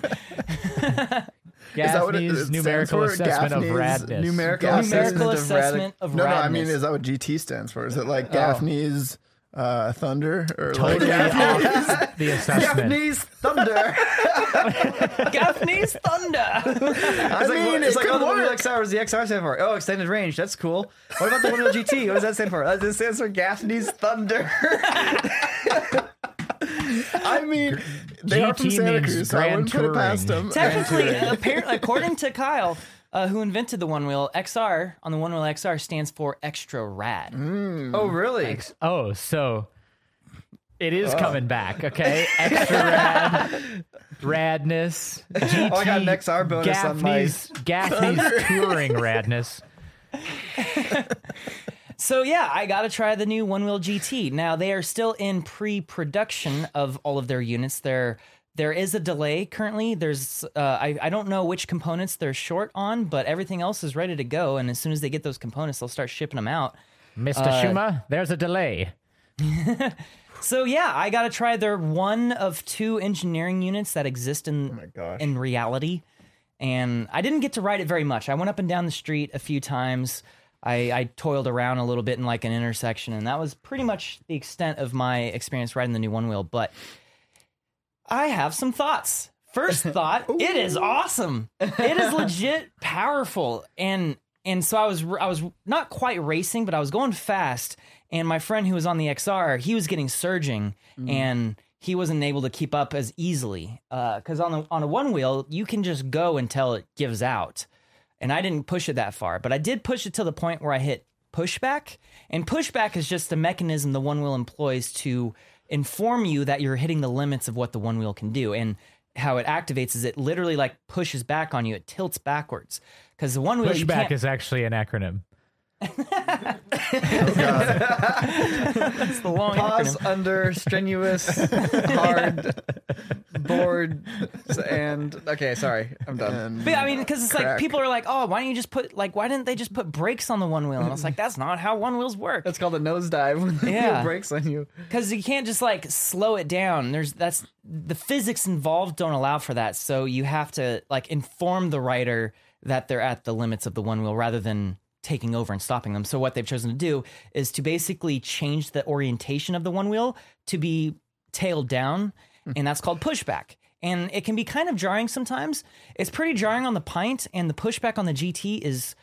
Speaker 4: *laughs*
Speaker 5: that what it- it
Speaker 3: Gaffney's
Speaker 5: stands
Speaker 3: numerical
Speaker 5: for?
Speaker 3: assessment of
Speaker 5: Gaffney's
Speaker 3: radness.
Speaker 5: Numerical,
Speaker 4: Numerical assessment
Speaker 5: radic-
Speaker 4: of
Speaker 5: No, no, I mean,
Speaker 4: radness.
Speaker 5: is that what GT stands for? Is it like Gaffney's uh, Thunder or like
Speaker 3: Totally
Speaker 5: Gaffney's?
Speaker 3: off the assessment.
Speaker 2: Japanese thunder.
Speaker 4: Gaffney's
Speaker 5: *laughs*
Speaker 4: thunder.
Speaker 5: I
Speaker 2: It's like,
Speaker 5: mean,
Speaker 2: it's
Speaker 5: it
Speaker 2: like
Speaker 5: could
Speaker 2: oh, the one wheel
Speaker 5: work.
Speaker 2: XR is the XR stand for? Oh, extended range. That's cool. What about the one wheel GT? What does that stand for? Uh, It stands for Gaffney's
Speaker 5: *laughs*
Speaker 2: Thunder.
Speaker 5: *laughs* I mean, they are from
Speaker 3: GT
Speaker 5: Santa
Speaker 3: means
Speaker 5: Cruz, so I
Speaker 3: Grand
Speaker 5: wouldn't put it past
Speaker 3: Touring.
Speaker 5: them.
Speaker 4: Technically, apparently, according to Kyle, uh, who invented the one wheel XR, on the one wheel XR stands for extra rad.
Speaker 5: Hmm.
Speaker 2: oh, really?
Speaker 3: Oh, so it is
Speaker 5: Oh.
Speaker 3: coming back. Okay, extra rad,
Speaker 5: *laughs*
Speaker 3: radness. GT,
Speaker 2: Oh, I got an XR bonus on my-
Speaker 3: Gaffney's,
Speaker 5: *laughs*
Speaker 3: Gaffney's touring radness.
Speaker 4: So yeah, I gotta try the new One Wheel GT. Now they are still in pre-production of all of their units. There, there is a delay currently. There's, uh, I, I don't know which components they're short on, but everything else is ready to go. And as soon as they get those components, they'll start shipping them out.
Speaker 3: Mr. Schumer, there's a delay.
Speaker 4: So yeah, I gotta try their one of two engineering units that exist in
Speaker 5: gosh.
Speaker 4: in reality. And I didn't get to ride it very much. I went up and down the street a few times. I, I toiled around a little bit in like an intersection, and that was pretty much the extent of my experience riding the new one wheel. But I have some thoughts. First thought, it is awesome. It is legit powerful and and so I was I was not quite racing, but I was going fast and my friend who was on the XR, he was getting surging and he wasn't able to keep up as easily Uh 'cause cuz on the, on a one wheel, you can just go until it gives out. And I didn't push it that far, but I did push it to the point where I hit pushback. And pushback is just the mechanism the one wheel employs to inform you that you're hitting the limits of what the one wheel can do. And how it activates is it literally like pushes back on you, it tilts backwards. Because the one wheel you
Speaker 3: Pushback
Speaker 4: can't-
Speaker 3: is actually an acronym.
Speaker 4: it's *laughs* the long
Speaker 2: Pause
Speaker 4: acronym.
Speaker 2: under strenuous, hard, bored, and okay. Sorry, I'm done.
Speaker 4: But yeah, I mean, because it's like
Speaker 5: Crack.
Speaker 4: people are like, oh, why don't you just put like, why didn't they just put brakes on the one wheel? And I was like, that's not how one wheels work.
Speaker 2: That's called a nosedive when *laughs* the
Speaker 4: Yeah.
Speaker 2: wheel breaks on you.
Speaker 4: because you can't just like slow it down there's that's the physics involved don't allow for that so you have to like inform the rider that they're at the limits of the one wheel rather than taking over and stopping them so what they've chosen to do is to basically change the orientation of the one wheel to be tail down and that's called pushback and it can be kind of jarring sometimes it's pretty jarring on the pint and the pushback on the gt is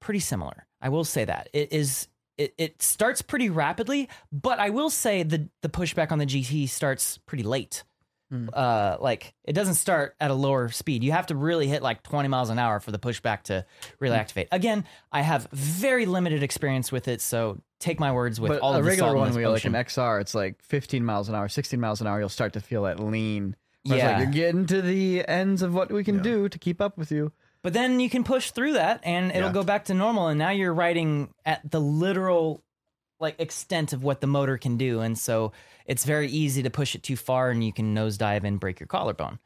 Speaker 4: pretty similar. I will say that it is. It, it starts pretty rapidly, but I will say the the pushback on the GT starts pretty late.
Speaker 2: Hmm.
Speaker 4: Uh, like it doesn't start at a lower speed. You have to really hit like 20 miles an hour for the pushback to really
Speaker 2: Hmm.
Speaker 4: activate. Again, I have very limited experience with it, so take my words with
Speaker 2: But
Speaker 4: all
Speaker 2: a
Speaker 4: of the salt
Speaker 2: regular
Speaker 4: in
Speaker 2: one
Speaker 4: this
Speaker 2: wheel, like
Speaker 4: ocean.
Speaker 2: an XR, it's like 15 miles an hour, 16 miles an hour. You'll start to feel that lean. Whereas,
Speaker 4: Yeah.
Speaker 2: like you're getting to the ends of what we can do to keep up with you.
Speaker 4: But then you can push through that and it'll go back to normal. And now you're riding at the literal like extent of what the motor can do. And so it's very easy to push it too far and you can nosedive and break your collarbone.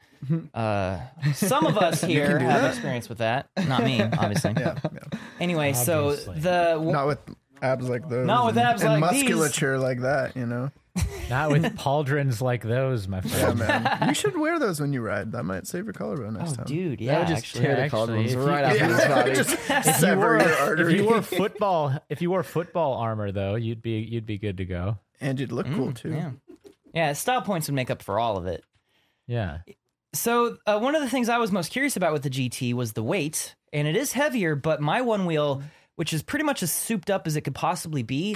Speaker 4: Uh, some of us here have experience with that. Not me, obviously. Anyway,
Speaker 3: Obviously.
Speaker 4: so the
Speaker 5: Not with abs like those.
Speaker 4: Not with
Speaker 5: and-
Speaker 4: abs
Speaker 5: and
Speaker 4: like these.
Speaker 5: musculature like that, you know?
Speaker 3: Not with
Speaker 4: *laughs*
Speaker 3: pauldrons like those, my
Speaker 5: Yeah,
Speaker 3: friend.
Speaker 5: man. You should wear those when you ride. That might save your collarbone next
Speaker 4: oh,
Speaker 5: time. *laughs*
Speaker 4: dude,
Speaker 2: I
Speaker 4: yeah,
Speaker 2: would just
Speaker 4: actually.
Speaker 2: tear the
Speaker 3: actually,
Speaker 2: collarbones
Speaker 3: if you-
Speaker 2: right out of his body.
Speaker 5: Just sever your
Speaker 3: If
Speaker 5: artery.
Speaker 3: you
Speaker 5: *laughs*
Speaker 3: wore football, if you wore football armor though, you'd be you'd be good to go.
Speaker 5: and you'd look cool too.
Speaker 4: yeah. yeah, style points would make up for all of it.
Speaker 3: Yeah.
Speaker 4: So uh, one of the things I was most curious about with the GT was the weight, and it is heavier, but my one wheel, which is pretty much as souped up as it could possibly be,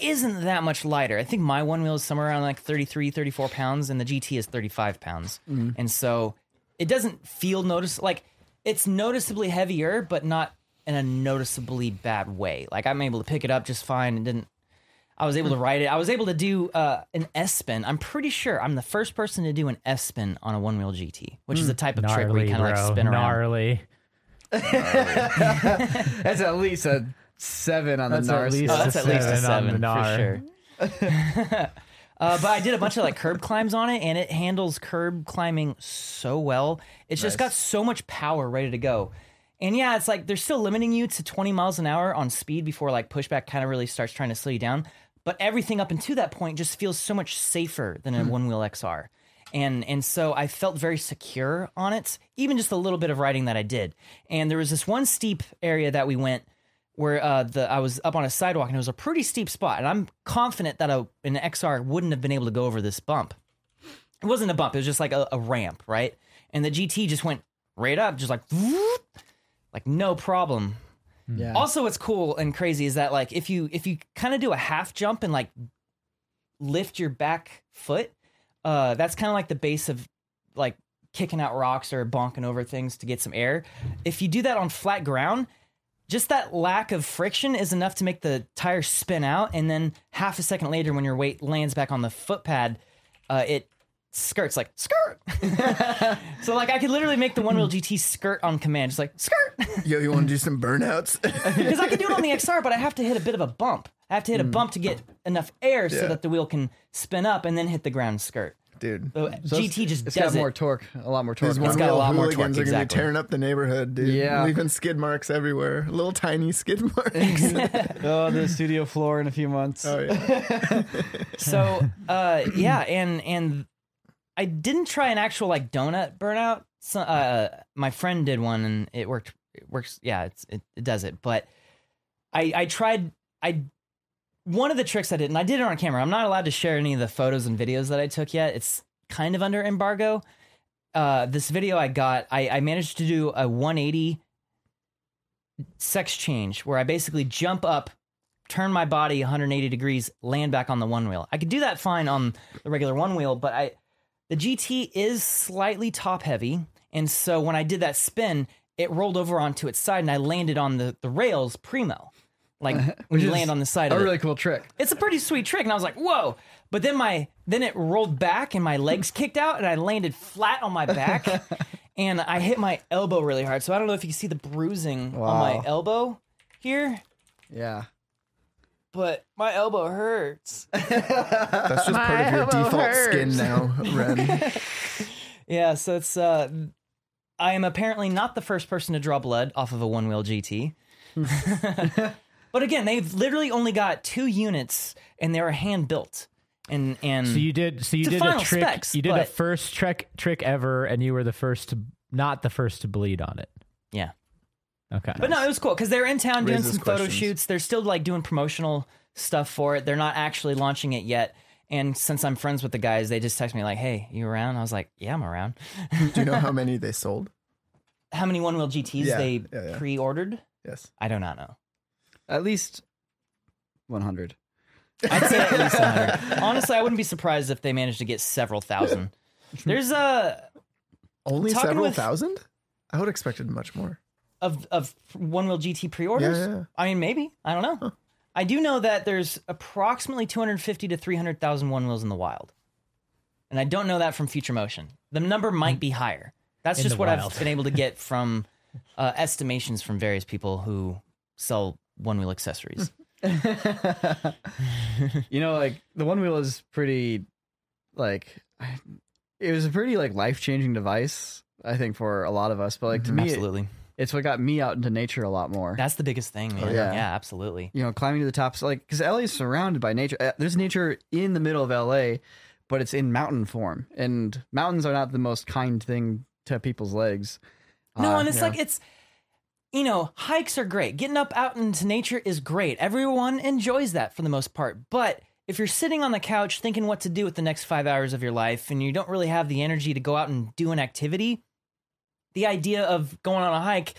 Speaker 4: isn't that much lighter. I think my one wheel is somewhere around like 33, 34 pounds, and the GT is 35 pounds. And so it doesn't feel notice like it's noticeably heavier, but not in a noticeably bad way. Like I'm able to pick it up just fine and didn't I was able to ride it. I was able to do uh, an S spin. I'm pretty sure I'm the first person to do an S spin on a one wheel GT, which is a type of trick where
Speaker 3: Gnarly,
Speaker 4: you kind of like
Speaker 3: bro.
Speaker 4: spin around.
Speaker 3: Gnarly.
Speaker 2: That's at least a seven on
Speaker 3: That's
Speaker 2: the
Speaker 3: at
Speaker 2: NAR.
Speaker 3: least
Speaker 4: Oh,
Speaker 2: scale.
Speaker 4: that's at least a
Speaker 3: Seven on the
Speaker 4: seven for
Speaker 3: gnar.
Speaker 4: sure. *laughs* uh, but I did a bunch of like curb climbs on it, and it handles curb climbing so well. It's just got so much power ready to go. And yeah, it's like they're still limiting you to 20 miles an hour on speed before like pushback kind of really starts trying to slow you down. But everything up until that point just feels so much safer than
Speaker 3: Hmm.
Speaker 4: a one wheel XR. And and so I felt very secure on it, even just a little bit of riding that I did. And there was this one steep area that we went where uh, the I was up on a sidewalk and it was a pretty steep spot, and I'm confident that a, an XR wouldn't have been able to go over this bump. It wasn't a bump; it was just like a, a ramp, right? And the GT just went right up, just like whoop, like no problem.
Speaker 2: Yeah.
Speaker 4: Also, what's cool and crazy is that like if you if you kind of do a half jump and like lift your back foot, uh, that's kind of like the base of like kicking out rocks or bonking over things to get some air. If you do that on flat ground, just that lack of friction is enough to make the tire spin out, and then half a second later, when your weight lands back on the foot pad, uh, it skirts like skirt. *laughs* so like I could literally make the one
Speaker 2: Hmm.
Speaker 4: wheel GT skirt on command, just like skirt. *laughs*
Speaker 5: Yo, you want to do some burnouts? *laughs*
Speaker 4: because I can do it on the XR, but I have to hit a bit of a bump. I have to
Speaker 2: Hmm.
Speaker 4: hit a bump to get enough air so
Speaker 5: Yeah.
Speaker 4: that the wheel can spin up and then hit the ground and skirt.
Speaker 5: dude.
Speaker 4: So GT just
Speaker 2: It's
Speaker 4: does
Speaker 2: got more
Speaker 4: it.
Speaker 2: torque, a lot more torque.
Speaker 5: These
Speaker 2: on it.
Speaker 5: one
Speaker 4: got a
Speaker 5: wheel
Speaker 4: lot more
Speaker 5: hooligans
Speaker 4: torque,
Speaker 5: are gonna be
Speaker 4: exactly.
Speaker 5: tearing up the neighborhood, dude.
Speaker 2: Yeah.
Speaker 5: leaving skid marks everywhere. Little tiny skid marks.
Speaker 2: oh, the studio floor in a few months.
Speaker 5: *laughs* oh yeah,
Speaker 4: so uh, yeah, and and I didn't try an actual like donut burnout. So, uh, my friend did one and it worked. It works. Yeah, it's, it it does it. But I I tried I one of the tricks I did and I did it on camera. I'm not allowed to share any of the photos and videos that I took yet. It's kind of under embargo. Uh, this video I got, I, I managed to do a 180 sex change where I basically jump up, turn my body 180 degrees, land back on the one wheel. I could do that fine on the regular one wheel, but I the GT is slightly top heavy, and so when I did that spin, it rolled over onto its side and I landed on the, the rails primo. Like when
Speaker 2: *laughs* Which
Speaker 4: you
Speaker 2: is
Speaker 4: land on the side
Speaker 2: a
Speaker 4: of it
Speaker 2: really cool trick.
Speaker 4: it's a pretty sweet trick and i was like whoa but then my then it rolled back and my legs kicked out and i landed flat on
Speaker 3: *laughs*
Speaker 4: my back and i hit my elbow really hard so i don't know if you can see the bruising on
Speaker 2: Wow.
Speaker 4: my elbow here
Speaker 2: Yeah.
Speaker 4: but my elbow hurts
Speaker 5: that's just part of your default skin now, *laughs* Ren.
Speaker 4: yeah so it's uh i am apparently not the first person to draw blood off of a one wheel gt *laughs* but again they've literally only got two units and they were hand built and and
Speaker 3: So you did. So you
Speaker 4: To
Speaker 3: did a
Speaker 4: final
Speaker 3: trick.
Speaker 4: specs,
Speaker 3: you did a
Speaker 4: but-
Speaker 3: first trick trick ever, and you were the first to not the first to bleed on it.
Speaker 4: yeah
Speaker 3: Okay.
Speaker 4: But no, it was cool because they're in town doing
Speaker 5: Raises
Speaker 4: some photo
Speaker 5: questions.
Speaker 4: shoots. They're still like doing promotional stuff for it. They're not actually launching it yet. And since I'm friends with the guys, they just text me like, "Hey, you around?" I was like, "Yeah, I'm around."
Speaker 5: *laughs* Do you know how
Speaker 4: *laughs*
Speaker 5: many they sold?
Speaker 4: How many one wheel GTs
Speaker 5: Yeah,
Speaker 4: they
Speaker 5: yeah, yeah.
Speaker 4: pre-ordered?
Speaker 5: Yes.
Speaker 4: I do not know.
Speaker 2: At least *laughs* 100.
Speaker 4: I'd say at least 100. Honestly, I wouldn't be surprised if they managed to get several
Speaker 5: *laughs*
Speaker 4: thousand. There's uh, a
Speaker 5: Only
Speaker 4: Talking
Speaker 5: several
Speaker 4: with-
Speaker 5: thousand? I would have expected much more.
Speaker 4: of of one wheel GT pre-orders.
Speaker 5: Yeah, yeah.
Speaker 4: I mean, maybe I don't know. I do know that there's approximately 250 to 300,000 one wheels in the wild, and I don't know that from Future Motion. The number might be higher. That's
Speaker 3: In
Speaker 4: just
Speaker 3: the
Speaker 4: what
Speaker 3: wild.
Speaker 4: I've been able
Speaker 3: *laughs*
Speaker 4: to get from uh, estimations from various people who sell one wheel accessories.
Speaker 2: you know, like the one wheel is pretty, like, I, it was a pretty like life changing device. I think for a lot of us, but like to me, it-
Speaker 4: absolutely,
Speaker 2: it's what got me out into nature a lot more.
Speaker 4: that's the biggest thing.
Speaker 5: Oh,
Speaker 4: Man.
Speaker 2: yeah.
Speaker 4: yeah. absolutely.
Speaker 2: you know, climbing to the tops, like because LA is surrounded by nature. Uh, There's nature in the middle of LA, but it's in mountain form, and mountains are not the most kind thing to people's legs.
Speaker 4: No,
Speaker 2: Uh,
Speaker 4: and it's
Speaker 2: yeah.
Speaker 4: like it's you know, hikes are great. Getting up out into nature is great. Everyone enjoys that for the most part. But if you're sitting on the couch thinking what to do with the next 5 hours of your life and you don't really have the energy to go out and do an activity, the idea of going on a hike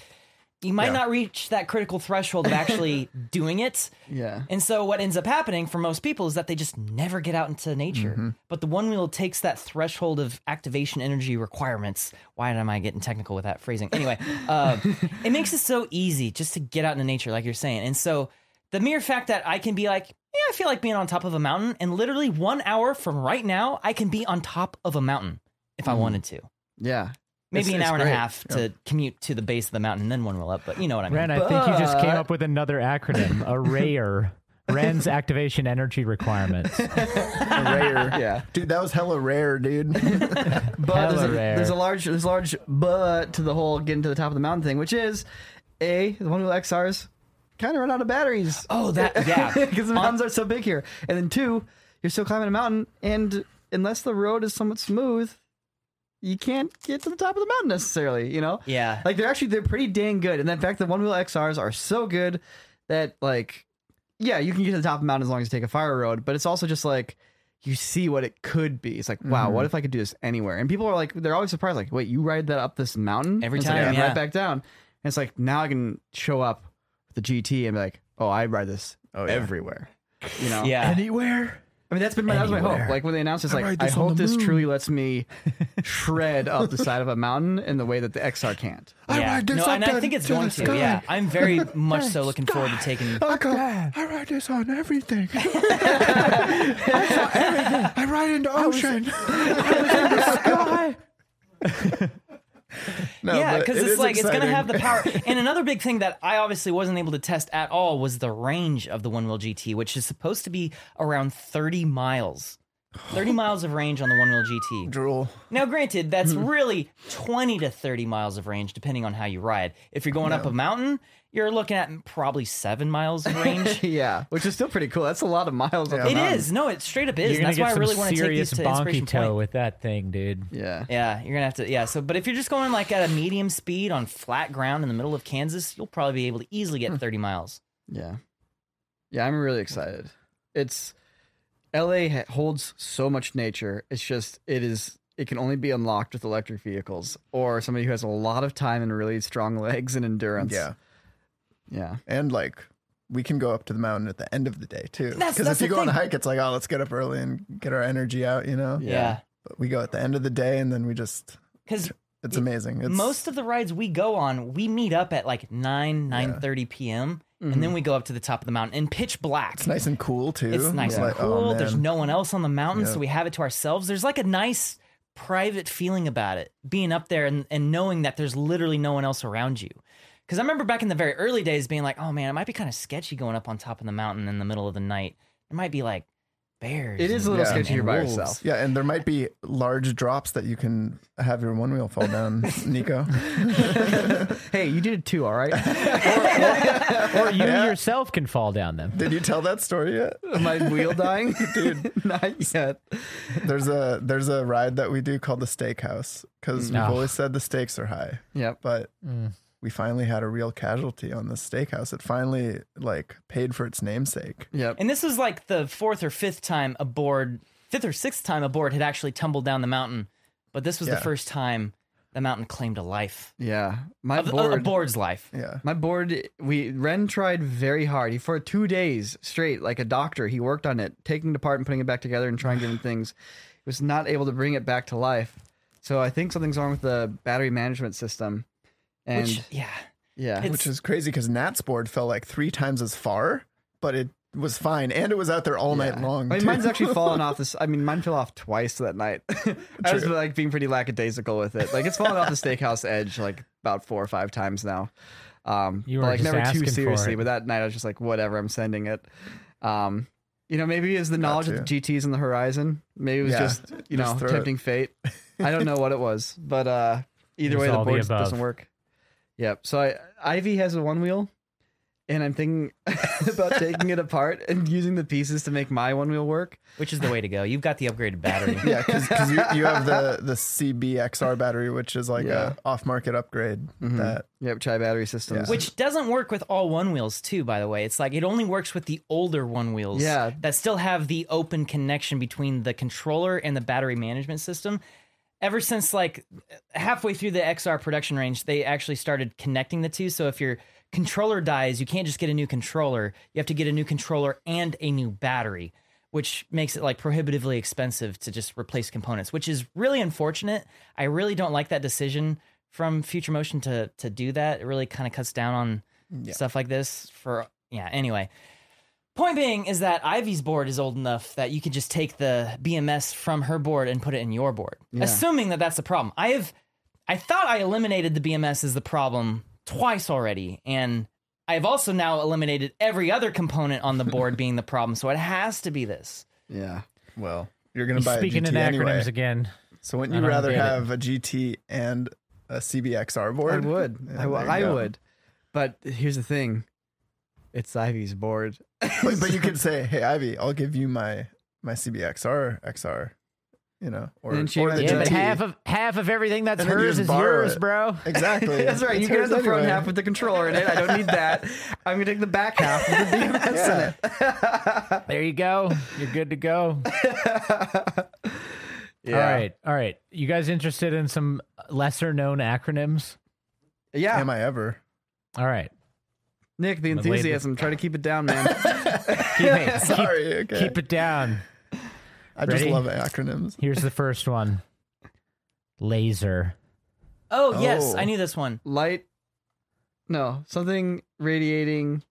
Speaker 4: you might not reach that critical threshold of
Speaker 5: *laughs*
Speaker 4: actually doing it.
Speaker 2: yeah,
Speaker 4: And so what ends up happening for most people is that they just never get out into nature.
Speaker 5: Mm-hmm.
Speaker 4: But the one wheel takes that threshold of activation energy requirements. Why am I getting technical with that phrasing?
Speaker 5: *laughs*
Speaker 4: Anyway, uh, it makes it so easy just to get out into nature, like you're saying. And so the mere fact that I can be like, yeah, I feel like being on top of a mountain, and literally one hour from right now, I can be on top of a mountain if I wanted to.
Speaker 2: *laughs* yeah.
Speaker 4: Maybe an
Speaker 5: Mm-hmm. It's- it's
Speaker 4: hour and a
Speaker 5: great.
Speaker 4: half to commute to the base of the mountain and then one wheel up. But you know what I mean.
Speaker 3: Ren, I think you just came
Speaker 2: But-
Speaker 3: up with another acronym,
Speaker 4: *laughs*
Speaker 3: a rayer. Ren's activation energy requirements.
Speaker 5: Rare.
Speaker 2: Yeah.
Speaker 5: Dude, that was hella rare, dude.
Speaker 4: *laughs*
Speaker 2: But there's a,
Speaker 3: Hella rare.
Speaker 2: there's a large there's a large but to the whole getting to the top of the mountain thing, which is A, the one with XRs, kind of run out of batteries. *laughs*
Speaker 4: Oh, that yeah.
Speaker 2: because the mountains are so big here. And then two, you're still climbing a mountain, and unless the road is somewhat smooth, you can't get to the top of the mountain necessarily. You know?
Speaker 4: Yeah.
Speaker 2: Like they're actually they're pretty dang good. And in fact, the one wheel XRs are so good that like, yeah, you can get to the top of the mountain as long as you take a fire road. But it's also just like. You see what it could be. It's like, wow,
Speaker 4: Mm-hmm.
Speaker 2: what if I could do this anywhere? And people are like, they're always surprised. Like, wait, you ride that up this mountain
Speaker 4: Every
Speaker 2: It's like,
Speaker 4: time,
Speaker 2: and
Speaker 4: yeah.
Speaker 2: right back down. And it's like now I can show up with the GT and be like, oh, I ride this
Speaker 5: yeah.
Speaker 2: everywhere. You know,
Speaker 4: *laughs* yeah.
Speaker 5: Anywhere?
Speaker 2: I mean, that's been my, that was my hope. Like when they announced this, like I,
Speaker 5: ride this on
Speaker 2: hope
Speaker 5: the
Speaker 2: this
Speaker 5: moon.
Speaker 2: truly lets
Speaker 4: *laughs*
Speaker 2: me shred up the side of a mountain in the way that the XR can't.
Speaker 4: yeah.
Speaker 5: ride this
Speaker 4: no,
Speaker 5: up
Speaker 4: and I
Speaker 5: to-
Speaker 4: think it's
Speaker 5: to
Speaker 4: going
Speaker 5: the
Speaker 4: to.
Speaker 5: sky.
Speaker 4: Yeah, I'm
Speaker 5: *laughs*
Speaker 4: very much so looking forward to taking.
Speaker 5: I, go, I ride this
Speaker 4: *laughs*
Speaker 5: on everything. *laughs* I saw everything. I ride into
Speaker 4: *laughs*
Speaker 5: ocean. *laughs* no,
Speaker 4: yeah,
Speaker 5: but
Speaker 4: because
Speaker 5: it
Speaker 4: it's
Speaker 5: is
Speaker 4: like it's going to
Speaker 5: exciting.
Speaker 4: have the
Speaker 5: *laughs*
Speaker 4: power. and another big thing that I obviously wasn't able to test at all was the range of the one wheel GT, which is supposed to be around 30 miles.
Speaker 5: *gasps*
Speaker 4: 30 miles of range on the one wheel GT.
Speaker 5: drool. Hmm.
Speaker 4: Now, granted, that's really 20 to 30 miles of range, depending on how you ride. If you're going up a mountain, you're looking at probably seven miles of
Speaker 5: *laughs*
Speaker 4: range.
Speaker 2: Yeah, which is still pretty cool. That's a lot of miles. up
Speaker 4: It
Speaker 2: the mountain.
Speaker 4: is. No, it straight up is.
Speaker 3: Um, You're
Speaker 4: and
Speaker 3: gonna
Speaker 4: that's
Speaker 3: get
Speaker 4: why I
Speaker 3: some
Speaker 4: really want to take
Speaker 3: serious
Speaker 4: these to
Speaker 3: bonky
Speaker 4: Inspiration
Speaker 3: toe
Speaker 4: Point.
Speaker 3: with that thing,
Speaker 5: *laughs*
Speaker 3: dude.
Speaker 2: Yeah.
Speaker 4: Yeah, you're gonna have to. Yeah, so but if you're just going like at a medium speed on flat ground in the middle of Kansas, you'll probably be able to easily
Speaker 3: Hmm.
Speaker 4: get 30 miles.
Speaker 2: Yeah. Yeah, I'm really excited. It's LA ha- holds so much nature. It's just it is it can only be unlocked with electric vehicles or somebody who has a lot of time and really strong *laughs* legs and endurance.
Speaker 5: Yeah.
Speaker 2: Yeah.
Speaker 5: And like we can go up to the mountain at the end of the day too.
Speaker 4: That's-
Speaker 5: Because
Speaker 4: that's
Speaker 5: if you
Speaker 4: the
Speaker 5: go on a
Speaker 4: thing.
Speaker 5: hike, it's like, oh, let's get up early and get our energy out, you know?
Speaker 4: Yeah,
Speaker 5: But we go at the end of the day and then we just
Speaker 4: because
Speaker 5: it's amazing. It's
Speaker 4: most of the rides we go on, we meet up at like 9 9 30 p.m. and
Speaker 3: Mm-hmm.
Speaker 4: then we go up to the top of the mountain in pitch black.
Speaker 5: it's nice and cool too.
Speaker 4: It's nice and
Speaker 5: Like, oh,
Speaker 4: cool. There's
Speaker 5: man.
Speaker 4: no one else on the mountain,
Speaker 5: Yeah.
Speaker 4: so we have it to ourselves. There's like a nice private feeling about it, being up there and, and knowing that there's literally no one else around you. Because I remember back in the very early days being like, oh man, it might be kind of sketchy going up on top of the mountain in the middle of the night. It might be like bears.
Speaker 2: It is a little
Speaker 5: Yeah.
Speaker 2: sketchy here
Speaker 4: and
Speaker 2: by
Speaker 4: wolves.
Speaker 2: yourself.
Speaker 5: Yeah, and there might be large drops that you can have your one wheel fall
Speaker 4: *laughs*
Speaker 5: down, Nico.
Speaker 2: Hey, you did it too, all right? *laughs*
Speaker 3: Or you yourself can fall down them.
Speaker 5: Did you tell that story yet?
Speaker 2: My wheel dying? *laughs* Dude, not yet.
Speaker 5: There's a there's a ride that we do called the Steakhouse because we've
Speaker 3: Ah.
Speaker 5: always said the stakes are high,
Speaker 2: Yep.
Speaker 5: but
Speaker 4: Mm.
Speaker 5: we finally had a real casualty on the Steakhouse. It finally like paid for its namesake.
Speaker 2: Yep.
Speaker 4: And this was like the fourth or fifth time aboard, fifth or sixth time aboard had actually tumbled down the mountain. But this was
Speaker 5: Yeah.
Speaker 4: the first time the mountain claimed a life,
Speaker 2: yeah. My
Speaker 4: a, a, a
Speaker 2: board
Speaker 4: board's life.
Speaker 5: Yeah,
Speaker 2: My board, we Ren tried very hard. He for two days straight, like a doctor, he worked on it, taking it apart and putting it back together and trying different things. He was not able to bring it back to life. So I think something's wrong with the battery management system. And
Speaker 4: Which, yeah.
Speaker 2: yeah,
Speaker 4: it's-
Speaker 5: which is crazy because Nat's board fell like three times as far, but it was fine and it was out there all night long.
Speaker 2: I mean,
Speaker 5: too.
Speaker 2: mine's actually fallen
Speaker 5: *laughs*
Speaker 2: off this. I mean, mine fell off twice that night. *laughs* I was like being pretty lackadaisical with it. Like it's fallen off the steakhouse edge like about four or five times now. Um,
Speaker 3: You
Speaker 2: but,
Speaker 3: were
Speaker 2: like
Speaker 3: just
Speaker 2: never too
Speaker 3: asking for
Speaker 2: seriously.
Speaker 3: it.
Speaker 2: But that night I was just like, whatever, I'm sending it. Um, you know, maybe is the knowledge that the GT's on the horizon. Maybe it was
Speaker 5: Yeah,
Speaker 2: just you
Speaker 5: just
Speaker 2: know
Speaker 5: throw it.
Speaker 2: tempting fate. I don't know what it was, but uh, either
Speaker 3: It was
Speaker 2: way, the
Speaker 3: all the
Speaker 2: board
Speaker 3: above.
Speaker 2: doesn't work. Yep. So I, Ivy has a one wheel, and I'm thinking *laughs* about taking it apart and using the pieces to make my one wheel work.
Speaker 4: which is the way to go. You've got the upgraded battery.
Speaker 5: *laughs* Yeah, because you, you
Speaker 2: *laughs*
Speaker 5: have the the CBXR battery, which is like
Speaker 2: Yeah. Mm-hmm.
Speaker 5: a off market upgrade. That
Speaker 2: Yep, Chai battery systems.
Speaker 5: Yeah.
Speaker 4: Which doesn't work with all one wheels too, by the way. It's like it only works with the older one wheels
Speaker 2: Yeah.
Speaker 4: that still have the open connection between the controller and the battery management system. Ever since like halfway through the XR production range, they actually started connecting the two. So if your controller dies, you can't just get a new controller. You have to get a new controller and a new battery, which makes it like prohibitively expensive to just replace components, which is really unfortunate. I really don't like that decision from Future Motion to to do that. It really kind of cuts down on stuff like this for yeah, anyway. Point being is that Ivy's board is old enough that you can just take the BMS from her board and put it in your board, assuming that that's the problem. I have, I thought I eliminated the BMS as the problem twice already, and I have also now eliminated every other component on the board being the problem. So it has to be this.
Speaker 2: Yeah.
Speaker 5: well, you're gonna buy
Speaker 3: Speaking
Speaker 5: a
Speaker 3: in
Speaker 5: GT
Speaker 3: acronyms
Speaker 5: anyway.
Speaker 3: again,
Speaker 5: So wouldn't
Speaker 3: I
Speaker 5: you
Speaker 3: don't
Speaker 5: rather
Speaker 3: get it.
Speaker 5: have a GT and a CBXR board?
Speaker 2: I would.
Speaker 5: Yeah,
Speaker 2: I, w-
Speaker 5: there you
Speaker 2: I
Speaker 5: go.
Speaker 2: would. But here's the thing. It's Ivy's board.
Speaker 5: *laughs* But, but you could say, "Hey, Ivy, I'll give you my my CBXR XR," you know, or,
Speaker 2: And she
Speaker 5: or
Speaker 2: went,
Speaker 5: the
Speaker 3: Yeah, but
Speaker 5: GT.
Speaker 3: half of half of everything that's
Speaker 5: And then you
Speaker 3: hers
Speaker 5: just
Speaker 3: is
Speaker 5: borrow
Speaker 3: yours,
Speaker 5: it.
Speaker 3: bro.
Speaker 5: *laughs* Exactly.
Speaker 2: *laughs* *laughs* That's right. You
Speaker 5: It's
Speaker 2: can have
Speaker 5: hers
Speaker 2: the front
Speaker 5: anyway.
Speaker 2: half with the controller in it. I don't need *laughs* that. I'm gonna take the back half with the
Speaker 5: *laughs*
Speaker 2: BMS in it.
Speaker 3: There you go. You're good to
Speaker 5: *laughs*
Speaker 3: go.
Speaker 2: *laughs* Yeah.
Speaker 3: All right. All right. You guys interested in some lesser known acronyms?
Speaker 2: Yeah.
Speaker 5: Am I ever?
Speaker 3: All right.
Speaker 2: Nick, the
Speaker 3: gonna lay
Speaker 2: enthusiasm. Try to keep it down, man.
Speaker 3: Keep
Speaker 5: *laughs*
Speaker 3: it, keep-
Speaker 5: Sorry. Okay.
Speaker 3: keep it down.
Speaker 5: I just
Speaker 3: Ready?
Speaker 5: love acronyms.
Speaker 3: Here's the first one. Laser.
Speaker 4: Oh, yes,
Speaker 5: Oh.
Speaker 4: I knew this one.
Speaker 2: Light. No, something radiating.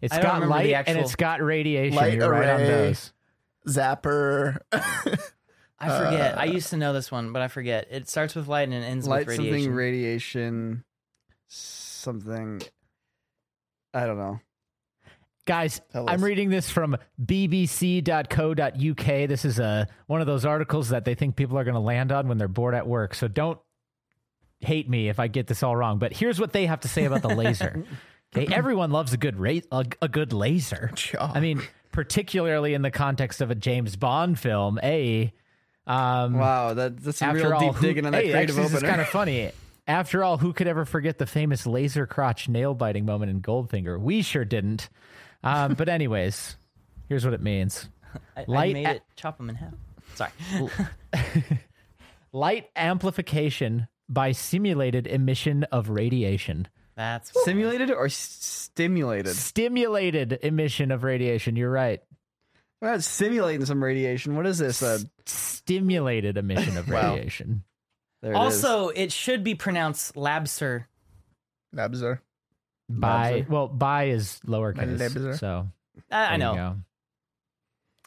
Speaker 3: It's
Speaker 4: I don't
Speaker 3: got
Speaker 4: remember the
Speaker 3: light
Speaker 4: actual-
Speaker 3: and it's got radiation.
Speaker 5: Light
Speaker 3: You're right on
Speaker 5: array.
Speaker 3: those.
Speaker 2: *laughs*
Speaker 5: Zapper.
Speaker 4: I forget. I used to know this one, but I forget. It starts with light and it ends
Speaker 2: Light
Speaker 4: with radiation.
Speaker 2: something radiation. Something. I don't know.
Speaker 3: Guys,
Speaker 5: Tell
Speaker 3: I'm
Speaker 5: us.
Speaker 3: reading this from bbc.co.uk. This is a one of those articles that they think people are going to land on when they're bored at work. So don't hate me if I get this all wrong, but here's what they have to say about the
Speaker 5: *laughs*
Speaker 3: laser. okay, everyone loves a good ra- a, a good laser.
Speaker 5: Sure.
Speaker 3: I mean, particularly in the context of a James Bond film, a um
Speaker 2: Wow, that, that's some
Speaker 3: after
Speaker 2: real
Speaker 3: all,
Speaker 2: deep
Speaker 3: who-
Speaker 2: digging on that
Speaker 3: hey,
Speaker 2: creative
Speaker 3: actually, this
Speaker 2: opener. *laughs*
Speaker 3: is kind of funny. After all, who could ever forget the famous laser crotch nail biting moment in Goldfinger? We sure didn't. Um, but anyways, here's what it means:
Speaker 4: I, I
Speaker 3: Light
Speaker 4: made
Speaker 3: a-
Speaker 4: it chop them in half. Sorry.
Speaker 3: *laughs* light amplification by simulated emission of radiation.
Speaker 4: That's
Speaker 2: Simulated or s- stimulated?
Speaker 3: Stimulated emission of radiation. You're right.
Speaker 2: We're not simulating some radiation. What is this? Uh,
Speaker 3: Stimulated
Speaker 2: *laughs*
Speaker 3: emission of radiation.
Speaker 2: there it is.
Speaker 4: also, it should be pronounced labser.
Speaker 5: Labzer.
Speaker 3: By
Speaker 5: Labser.
Speaker 3: well, by is
Speaker 5: Labser.
Speaker 3: lowercase. So
Speaker 4: I I
Speaker 3: there you
Speaker 4: know.
Speaker 3: go.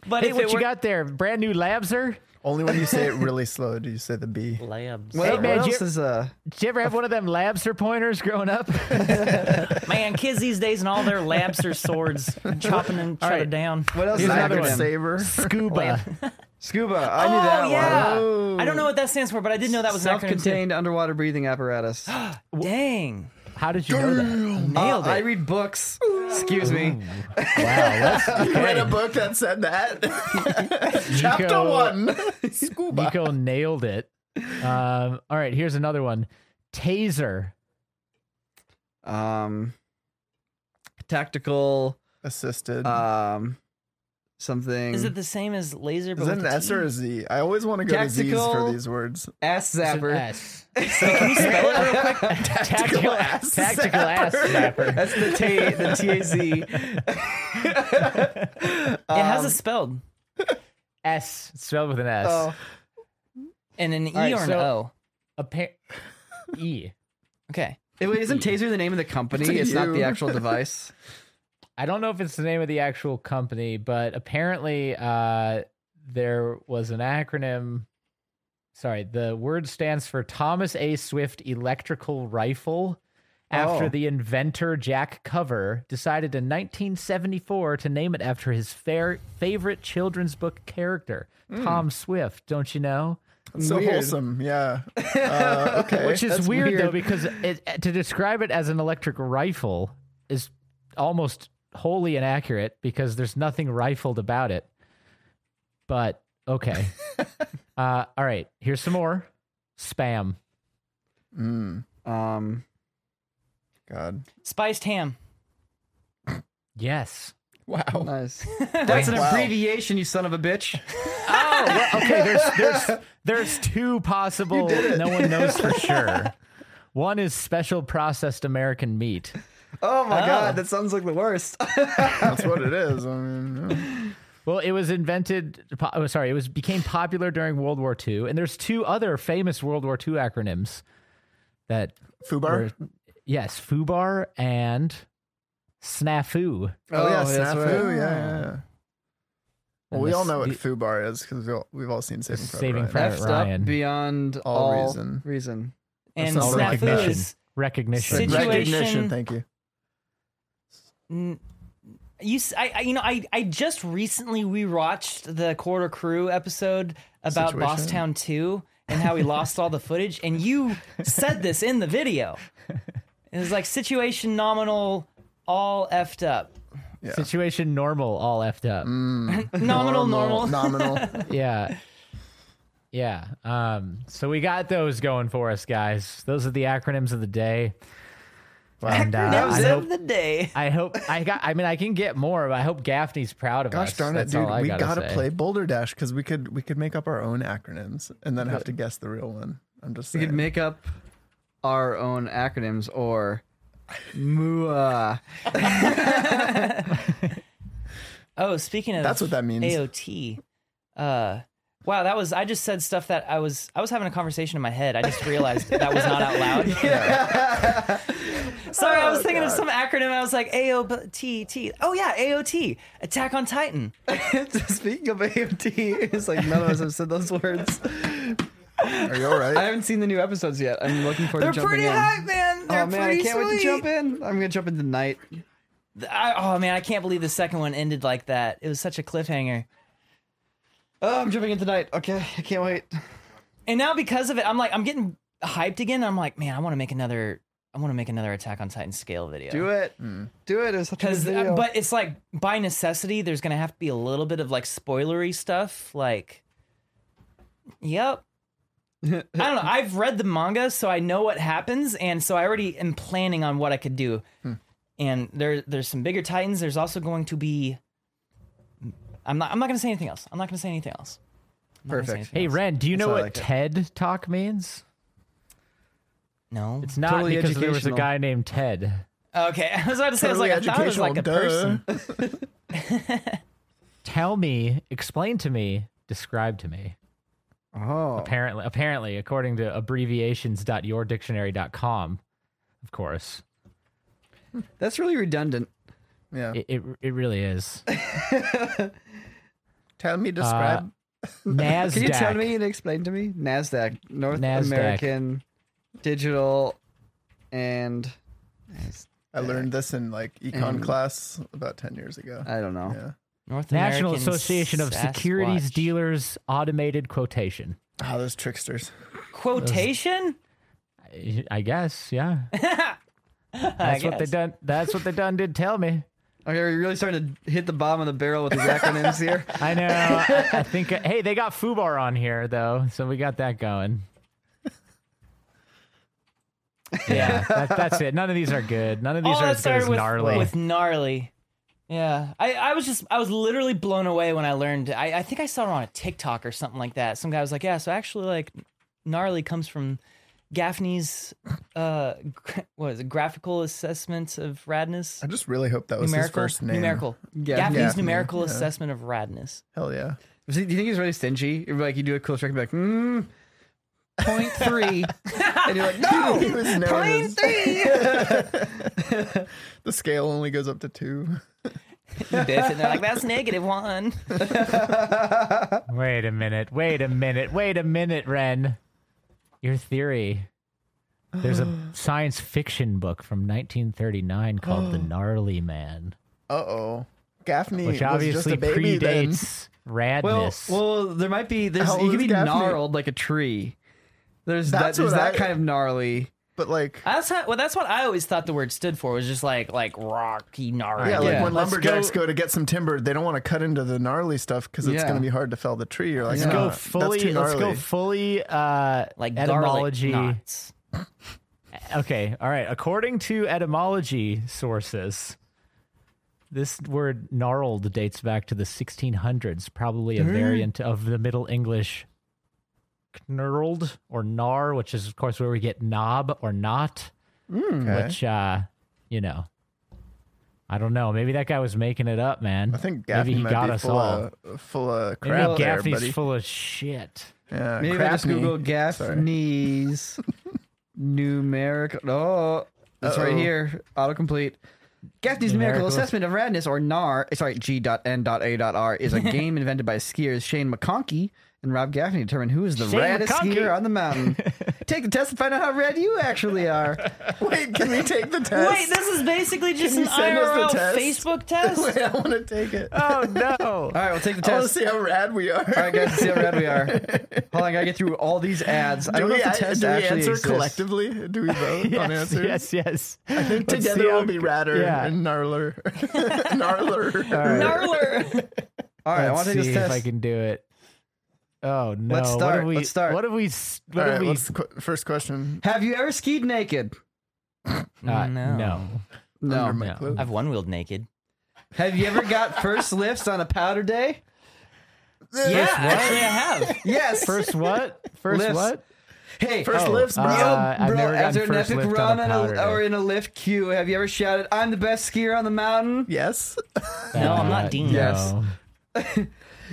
Speaker 4: But
Speaker 3: Hey,
Speaker 4: if
Speaker 3: what
Speaker 4: it
Speaker 3: you
Speaker 4: were-
Speaker 3: got there? Brand new labser.
Speaker 5: Only when you say it really slow do you say the B.
Speaker 4: labs.
Speaker 2: what,
Speaker 3: Hey,
Speaker 2: what
Speaker 3: man,
Speaker 2: else
Speaker 3: you-
Speaker 2: is uh?
Speaker 3: Did you ever have one of them labser pointers growing up?
Speaker 4: *laughs* Man, kids these days and all their
Speaker 3: *laughs*
Speaker 4: labster swords chopping and shut it
Speaker 3: right.
Speaker 4: down.
Speaker 2: What else
Speaker 3: Here's
Speaker 2: is
Speaker 3: another
Speaker 2: another
Speaker 3: one.
Speaker 5: Saber.
Speaker 3: Scuba.
Speaker 2: Scuba. I
Speaker 4: oh,
Speaker 2: knew that
Speaker 4: yeah.
Speaker 2: one.
Speaker 3: Oh.
Speaker 4: I don't know what that stands for, but I did know that was an acronym. too.
Speaker 2: Self-contained underwater breathing apparatus.
Speaker 4: Dang.
Speaker 3: How did you know that?
Speaker 4: *gasps* Nailed
Speaker 2: Uh, I
Speaker 4: it.
Speaker 2: read books. Excuse me.
Speaker 5: You read a book that said that. Chapter
Speaker 3: Nico-
Speaker 5: one. *laughs* Scuba.
Speaker 3: Nico nailed it. Um, all right, here's another one. Taser.
Speaker 2: Um, tactical.
Speaker 5: Assisted.
Speaker 2: Um, something.
Speaker 4: Is it the same as laser? But
Speaker 5: is it an
Speaker 4: with a
Speaker 5: S
Speaker 4: T?
Speaker 5: or a Z? I always want to go to Z's
Speaker 2: Tactical-
Speaker 5: for these words.
Speaker 2: ass
Speaker 3: It's an
Speaker 2: zapper?
Speaker 3: S.
Speaker 4: Can you spell it real quick?
Speaker 3: Tactical ass. Tactical ass zapper.
Speaker 2: That's the T. The T A Z.
Speaker 4: it
Speaker 3: um,
Speaker 4: has a spelled
Speaker 3: S. It's spelled with an S.
Speaker 2: Oh,
Speaker 4: and an E
Speaker 3: right,
Speaker 4: or an
Speaker 3: so-
Speaker 4: O.
Speaker 3: A pa- e.
Speaker 4: Okay.
Speaker 2: Hey, wait, isn't Taser the name of the company?
Speaker 5: It's a
Speaker 2: It's, not
Speaker 5: U.
Speaker 2: the actual device.
Speaker 3: I don't know if it's the name of the actual company, but apparently uh, there was an acronym. Sorry, the word stands for Thomas A. Swift Electrical Rifle. After
Speaker 2: Oh.
Speaker 3: the inventor Jack Cover decided in 1974 to name it after his fair, favorite children's book character, Tom Swift, don't you know?
Speaker 5: It's so
Speaker 2: Weird.
Speaker 5: wholesome. Yeah. Uh, okay.
Speaker 3: Which is
Speaker 2: that's
Speaker 3: weird, though,
Speaker 2: weird.
Speaker 3: because it, to describe it as an electric rifle is almost wholly inaccurate because there's nothing rifled about it. But
Speaker 2: *laughs*
Speaker 3: okay. uh, all right. Here's some more spam.
Speaker 5: Mm,
Speaker 2: Um,
Speaker 5: God.
Speaker 4: Spiced ham.
Speaker 2: *laughs*
Speaker 3: Yes.
Speaker 5: Wow.
Speaker 2: nice. That's an
Speaker 5: Wow.
Speaker 2: abbreviation, you son of a bitch.
Speaker 3: Oh, well, okay. There's there's there's two possible. No one
Speaker 2: *laughs*
Speaker 3: knows for sure. One is special processed American meat.
Speaker 2: Oh my god, that sounds like the worst.
Speaker 5: That's what it is. I mean, yeah.
Speaker 3: Well, it was invented. po- oh, sorry, it was became popular during World War II, and there's two other famous World War II acronyms that
Speaker 5: Fubar.
Speaker 3: were yes, FUBAR and SNAFU.
Speaker 5: Oh, yeah,
Speaker 2: that's
Speaker 5: snafu.
Speaker 2: right.
Speaker 5: Yeah, yeah, yeah. Well,
Speaker 3: And
Speaker 5: we
Speaker 3: this-
Speaker 5: all know what
Speaker 3: the-
Speaker 5: fubar is because we've all seen Saving Private
Speaker 3: Saving
Speaker 5: Ryan.
Speaker 3: Private-
Speaker 2: Effed
Speaker 3: Ryan.
Speaker 2: up beyond all,
Speaker 5: All
Speaker 2: reason.
Speaker 5: reason.
Speaker 4: And
Speaker 5: sounds like
Speaker 4: snafu
Speaker 5: recognition.
Speaker 4: is.
Speaker 3: recognition.
Speaker 4: Situ- Situation-
Speaker 5: Recognition. Thank you.
Speaker 4: n- You, s- I, I- you know, I, I just recently we watched the Quarter Crew episode about
Speaker 5: Situation.
Speaker 4: Boss Town 2 and how we lost all the footage, and you said this in the video. It was like situation nominal, all effed up.
Speaker 3: Situation normal, all effed up.
Speaker 4: Mm. Nominal, normal.
Speaker 5: Nominal.
Speaker 3: Yeah. Yeah. Um, so we got those going for us, guys. Those are the acronyms of the day. And, uh,
Speaker 4: Acronyms
Speaker 3: I
Speaker 4: of
Speaker 3: hope-
Speaker 4: the day.
Speaker 3: I hope I got. I mean, I can get more, but I hope Gaffney's proud of
Speaker 5: Gosh
Speaker 3: us.
Speaker 5: darn it,
Speaker 3: That's
Speaker 5: dude!
Speaker 3: all I
Speaker 5: we
Speaker 3: gotta,
Speaker 5: gotta
Speaker 3: say.
Speaker 5: play Boulder Dash because we could we could make up our own acronyms and then have to guess the real one. I'm just
Speaker 2: We
Speaker 5: saying.
Speaker 2: could make up our own acronyms or MUA.
Speaker 4: Oh, speaking of
Speaker 5: That's what that means.
Speaker 4: AOT. Uh, wow, that was I just said stuff that I was I was having a conversation in my head. I just realized that was not out
Speaker 2: *laughs*
Speaker 4: loud. *laughs* Sorry,
Speaker 2: Oh,
Speaker 4: I was thinking of some acronym. I was like AOT. T. Oh yeah, AOT. Attack on Titan.
Speaker 2: Speaking of
Speaker 5: *laughs*
Speaker 2: AMT, *laughs* it's like none of us have said those words.
Speaker 5: Are you all right?
Speaker 2: I *laughs* haven't seen the new episodes yet. I'm looking forward
Speaker 4: They're
Speaker 2: to jumping
Speaker 4: pretty
Speaker 2: in.
Speaker 4: hype, man. They're
Speaker 2: oh man, I
Speaker 4: pretty
Speaker 2: can't
Speaker 4: sweet.
Speaker 2: wait to jump in. I'm gonna jump in tonight.
Speaker 4: I, oh man, I can't believe the second one ended like that. It was such a cliffhanger.
Speaker 2: Oh, I'm jumping in tonight. Okay, I can't wait.
Speaker 4: And now because of it, I'm like I'm getting hyped again. I'm like, man, I want to make another. I want to make another Attack on Titan scale video.
Speaker 2: Do it.
Speaker 5: Hmm.
Speaker 2: Do it. It was such a good
Speaker 4: Because,
Speaker 2: video.
Speaker 4: uh, but it's like by necessity, there's gonna have to be a little bit of like spoilery stuff. Like, yep. I
Speaker 2: *laughs*
Speaker 4: don't know. I've read the manga, so I know what happens, and so I already am planning on what I could do.
Speaker 2: Hmm.
Speaker 4: And there, there's some bigger titans. There's also going to be. I'm not. I'm not gonna say anything else. I'm not gonna say anything else. I'm not gonna say
Speaker 2: Perfect.
Speaker 4: anything
Speaker 3: Hey,
Speaker 4: else.
Speaker 3: Ren, do you know
Speaker 5: how I
Speaker 3: what
Speaker 5: like it.
Speaker 3: TED talk means?
Speaker 4: No.
Speaker 3: It's not
Speaker 2: Totally
Speaker 3: because there was a
Speaker 2: educational.
Speaker 3: guy named Ted.
Speaker 4: okay. *laughs* I was about to say. I was like. I thought it was like a person.
Speaker 5: duh.
Speaker 3: Tell me, explain to me, describe to me.
Speaker 2: oh,
Speaker 3: Apparently, apparently, according to abbreviations.yourdictionary.com, of course,
Speaker 2: that's really redundant.
Speaker 5: Yeah.
Speaker 3: it it, it really
Speaker 5: *laughs*
Speaker 3: is.
Speaker 5: *laughs* Tell me, describe.
Speaker 3: Nasdaq.
Speaker 2: Can you tell me and explain to me? NASDAQ, North
Speaker 3: Nasdaq.
Speaker 2: American Digital and
Speaker 5: I learned this in like econ class about ten years ago.
Speaker 2: I don't know.
Speaker 5: yeah.
Speaker 4: North
Speaker 3: National
Speaker 4: American
Speaker 3: Association of Securities
Speaker 4: Sasquatch.
Speaker 3: Dealers Automated Quotation.
Speaker 5: Ah, those tricksters.
Speaker 4: quotation.
Speaker 3: I- I guess,
Speaker 4: *laughs*
Speaker 3: yeah. That's what they
Speaker 4: guess.
Speaker 3: done. That's what they done. Did tell me.
Speaker 2: Okay, we're really starting to hit the bottom of the barrel
Speaker 5: *laughs*
Speaker 2: with these acronyms here.
Speaker 3: I know. I,
Speaker 4: *laughs*
Speaker 3: I think. Hey, they got Fubar on here though, so we got that going. Yeah, that, that's it. None of these are good. None of these
Speaker 4: All
Speaker 3: are
Speaker 4: that
Speaker 3: as good as
Speaker 4: started with
Speaker 3: gnarly.
Speaker 4: with gnarly. Yeah, I, I was just I was literally blown away when I learned. I, I think I saw it on a TikTok or something like that. Some guy was like, "Yeah, so actually, like, gnarly comes from Gaffney's uh, gra- what is it? Graphical assessment of radness.
Speaker 5: I just really hope that was
Speaker 4: numerical,
Speaker 5: his first name.
Speaker 4: numerical. Gaffney's
Speaker 5: Gaffney,
Speaker 4: numerical
Speaker 5: yeah.
Speaker 4: assessment of radness. *laughs*
Speaker 5: Hell yeah.
Speaker 2: Do you think he's really stingy? You're like, you do a cool trick and be like, hmm, point three. and
Speaker 5: *laughs*
Speaker 2: you're like, no!
Speaker 5: He was known
Speaker 2: Point
Speaker 5: as-
Speaker 2: three!
Speaker 5: *laughs* The scale only goes up to two.
Speaker 4: and they're like, "That's negative one."
Speaker 3: wait a minute. Wait a minute. Wait a minute, Ren. Your theory. There's
Speaker 4: *gasps*
Speaker 3: a science fiction book from 1939 called
Speaker 4: *gasps*
Speaker 3: The Gnarly Man,
Speaker 5: Uh oh. Gaffney
Speaker 3: which
Speaker 5: was just
Speaker 3: obviously
Speaker 5: a baby then.
Speaker 3: predates
Speaker 2: Well,
Speaker 3: radness.
Speaker 2: well, there might be, there's,
Speaker 5: How
Speaker 2: you
Speaker 5: old
Speaker 2: can
Speaker 5: is
Speaker 2: be
Speaker 5: Daphne?
Speaker 2: gnarled like a tree. There's
Speaker 5: That's
Speaker 2: that, there's
Speaker 5: what
Speaker 2: that
Speaker 5: I-
Speaker 2: kind of gnarly.
Speaker 5: But like,
Speaker 4: That's how, well, that's what I always thought the word stood for was just like like rocky gnarly.
Speaker 5: yeah, like
Speaker 2: yeah.
Speaker 5: when
Speaker 2: Let's
Speaker 5: lumberjacks
Speaker 2: go-
Speaker 5: go... to get some timber, they don't want to cut into the gnarly stuff because it's
Speaker 2: Yeah.
Speaker 5: going to be hard to fell the tree. You're like,
Speaker 3: let's
Speaker 5: "Nah,
Speaker 3: go
Speaker 5: that's
Speaker 3: fully.
Speaker 5: too
Speaker 3: Let's go
Speaker 5: gnarly."
Speaker 3: fully. Uh,
Speaker 4: like
Speaker 3: etymology.
Speaker 4: garlic knots.
Speaker 3: Okay. All right. According to etymology sources, this word gnarled dates back to the 1600s, probably
Speaker 5: Mm.
Speaker 3: a variant of the Middle English knurled or gnar, which is, of course, where we get knob or knot,
Speaker 5: Mm. Okay.
Speaker 3: which, uh, you know, I don't know. Maybe that guy was making it up, man.
Speaker 5: I think
Speaker 3: Maybe
Speaker 5: Gaffney
Speaker 3: he
Speaker 5: might
Speaker 3: got
Speaker 5: be
Speaker 3: us
Speaker 5: full,
Speaker 3: all.
Speaker 5: Of, full of
Speaker 3: Maybe
Speaker 5: crap there,
Speaker 3: Gaffney's
Speaker 5: buddy.
Speaker 3: full of shit.
Speaker 5: yeah,
Speaker 2: Maybe if I just
Speaker 5: crapney.
Speaker 2: Google Gaffney's numerical. Oh, it's right
Speaker 5: Uh-oh.
Speaker 2: here. Autocomplete. Gaffney's numerical
Speaker 3: Numerical-
Speaker 2: assessment of radness, or NAR, sorry, G.N.A.R,
Speaker 3: *laughs*
Speaker 2: is a game invented by skiers Shane McConkey and Rob Gaffney to determine who is the
Speaker 3: Shane
Speaker 2: raddest
Speaker 3: McConkey. *laughs*
Speaker 2: skier on the mountain. Take the test and find out how rad you actually are.
Speaker 5: *laughs* Wait, can we
Speaker 3: *laughs*
Speaker 5: take the test?
Speaker 4: Wait, this is basically just
Speaker 5: you
Speaker 4: an
Speaker 5: send us the
Speaker 4: IRL
Speaker 5: test?
Speaker 4: Facebook test.
Speaker 5: Wait, *laughs* I want to take it.
Speaker 3: Oh
Speaker 5: *laughs*
Speaker 3: no!
Speaker 2: All right, we'll take the
Speaker 5: I want to
Speaker 2: test.
Speaker 5: Oh, see how rad we are.
Speaker 2: All right, guys, see how rad we are. Hold on, I gotta get through all these ads. I
Speaker 5: Do
Speaker 2: don't know
Speaker 5: we,
Speaker 2: if the
Speaker 5: a-
Speaker 2: test
Speaker 5: do we
Speaker 2: actually
Speaker 5: answer
Speaker 2: exists.
Speaker 3: *laughs*
Speaker 5: collectively? Do we vote on
Speaker 3: yes,
Speaker 5: *laughs* answers?
Speaker 3: yes, yes.
Speaker 5: I think
Speaker 3: Let's
Speaker 5: together
Speaker 3: see how-
Speaker 5: we'll be radder
Speaker 3: yeah.
Speaker 5: and gnarler. *laughs* gnarler.
Speaker 4: Gnarler.
Speaker 2: All right, I want
Speaker 3: *laughs*
Speaker 2: to
Speaker 3: Let's
Speaker 2: take
Speaker 3: see
Speaker 2: this
Speaker 3: if
Speaker 2: test.
Speaker 3: I can do it. Oh no! What
Speaker 2: start,
Speaker 3: have we-
Speaker 2: let's start.
Speaker 3: What have we? s- What
Speaker 5: All
Speaker 3: have
Speaker 5: right,
Speaker 3: we?
Speaker 5: what's the qu- first question?
Speaker 2: Have you ever skied naked?
Speaker 3: uh,
Speaker 4: No.
Speaker 3: no.
Speaker 2: No.
Speaker 5: Under my
Speaker 3: no.
Speaker 5: clothes.
Speaker 4: I've one wheeled naked.
Speaker 2: Have you ever got
Speaker 5: *laughs*
Speaker 2: first lifts on a powder day?
Speaker 4: Yeah, actually, I have.
Speaker 2: Yes.
Speaker 3: First what? First
Speaker 2: Lifts.
Speaker 3: what?
Speaker 2: hey,
Speaker 5: First lifts, bro.
Speaker 3: uh, I've
Speaker 2: bro,
Speaker 3: never gotten
Speaker 2: after an
Speaker 3: first
Speaker 2: epic
Speaker 3: lift on
Speaker 2: run
Speaker 3: a
Speaker 2: on
Speaker 3: powder day.
Speaker 2: or in a lift queue, have you ever shouted, "I'm the best skier on the mountain"?
Speaker 5: yes. *laughs*
Speaker 4: No, I'm not
Speaker 3: Uh,
Speaker 4: Dean.
Speaker 2: Yes.
Speaker 3: no.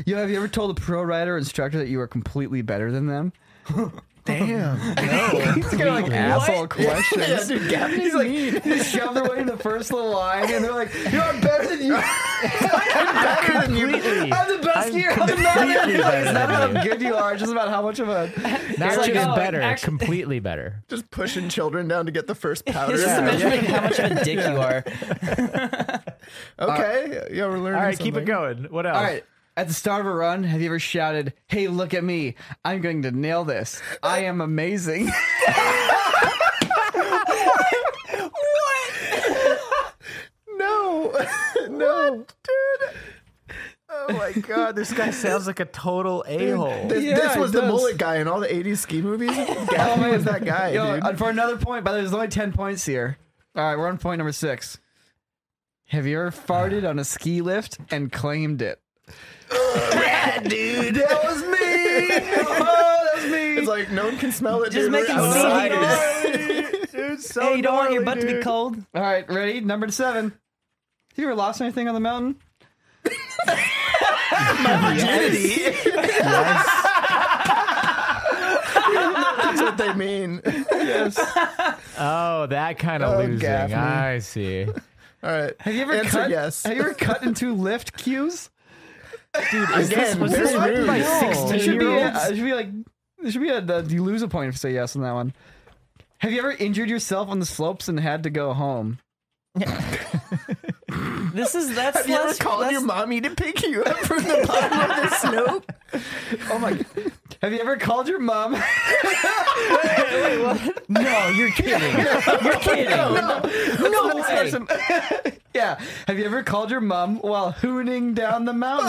Speaker 2: Yo, have you ever told a pro rider or instructor that you are completely better than *laughs* them?
Speaker 5: Damn.
Speaker 2: *laughs* He's kind of like asshole questions.
Speaker 5: yeah, dude,
Speaker 2: *laughs*
Speaker 5: Gavin
Speaker 2: He's like, they shove their way in the first little line, and they're like, "Yo, I'm better than
Speaker 3: *laughs*
Speaker 2: you.
Speaker 5: better than you.
Speaker 3: Completely.
Speaker 2: I'm the best
Speaker 3: I'm
Speaker 2: skier on the mountain."
Speaker 3: completely
Speaker 2: Like,
Speaker 3: better
Speaker 2: it's not
Speaker 3: than
Speaker 2: about how
Speaker 3: you.
Speaker 2: good you are, it's just about how much of *laughs* a
Speaker 3: Not
Speaker 4: like,
Speaker 3: just
Speaker 4: oh,
Speaker 3: better,
Speaker 4: actu-
Speaker 3: completely
Speaker 5: *laughs*
Speaker 3: better.
Speaker 5: Just pushing children down to get the first powder.
Speaker 4: It's just a measurement of how much of a dick you are.
Speaker 5: Okay. yeah, we're learning.
Speaker 3: All right, keep it going. What else?
Speaker 2: All right. At the start of a run, have you ever shouted, "Hey, look at me! I'm going to nail this. I am amazing."
Speaker 5: No. *laughs* no. dude. Oh my god. This
Speaker 4: *laughs*
Speaker 5: guy
Speaker 3: Sounds like a total a hole.
Speaker 5: This,
Speaker 2: Yeah,
Speaker 5: this was
Speaker 2: it
Speaker 5: the
Speaker 2: does.
Speaker 5: mullet guy in all the 80s ski movies. Gavin was that guy,
Speaker 2: Yo,
Speaker 5: dude.
Speaker 2: and for another point, by the way, there's only ten points here. All right, we're on point number six. Have you ever farted on a ski lift and claimed it?
Speaker 5: *laughs* dude.
Speaker 2: That was me. Oh, that was me.
Speaker 5: It's like no one can smell it.
Speaker 4: Just
Speaker 5: dude.
Speaker 4: make
Speaker 5: We're
Speaker 4: him see how you
Speaker 5: outside.
Speaker 4: hey, you don't want your butt to be cold?
Speaker 2: All right, ready? Number seven. Have you ever lost anything on the mountain?
Speaker 5: That's what they mean. *laughs*
Speaker 3: Oh, that kind of
Speaker 5: Oh,
Speaker 3: losing.
Speaker 5: Gaffney.
Speaker 3: I see.
Speaker 5: All right.
Speaker 2: Have you ever
Speaker 5: Answer
Speaker 2: cut?
Speaker 5: yes.
Speaker 2: Have you ever cut into lift queues?
Speaker 5: Again,
Speaker 3: was
Speaker 5: very
Speaker 3: this written
Speaker 5: rude.
Speaker 3: by
Speaker 5: No.
Speaker 2: It should be.
Speaker 3: 16-year-olds?
Speaker 2: It should be like. It should be a. a you lose a point if you say yes on that one. Have you ever injured yourself on the slopes and had to go home?
Speaker 4: This is that's
Speaker 5: Have you ever
Speaker 4: less-
Speaker 5: called
Speaker 4: that's-
Speaker 5: your mommy to pick you up from the bottom of the snow?
Speaker 2: Oh my! have you ever called your mom?
Speaker 3: *laughs*
Speaker 4: No, you're kidding. *laughs* you're kidding.
Speaker 2: no yeah. Have you ever called your mom while hooning down the mountain? *laughs*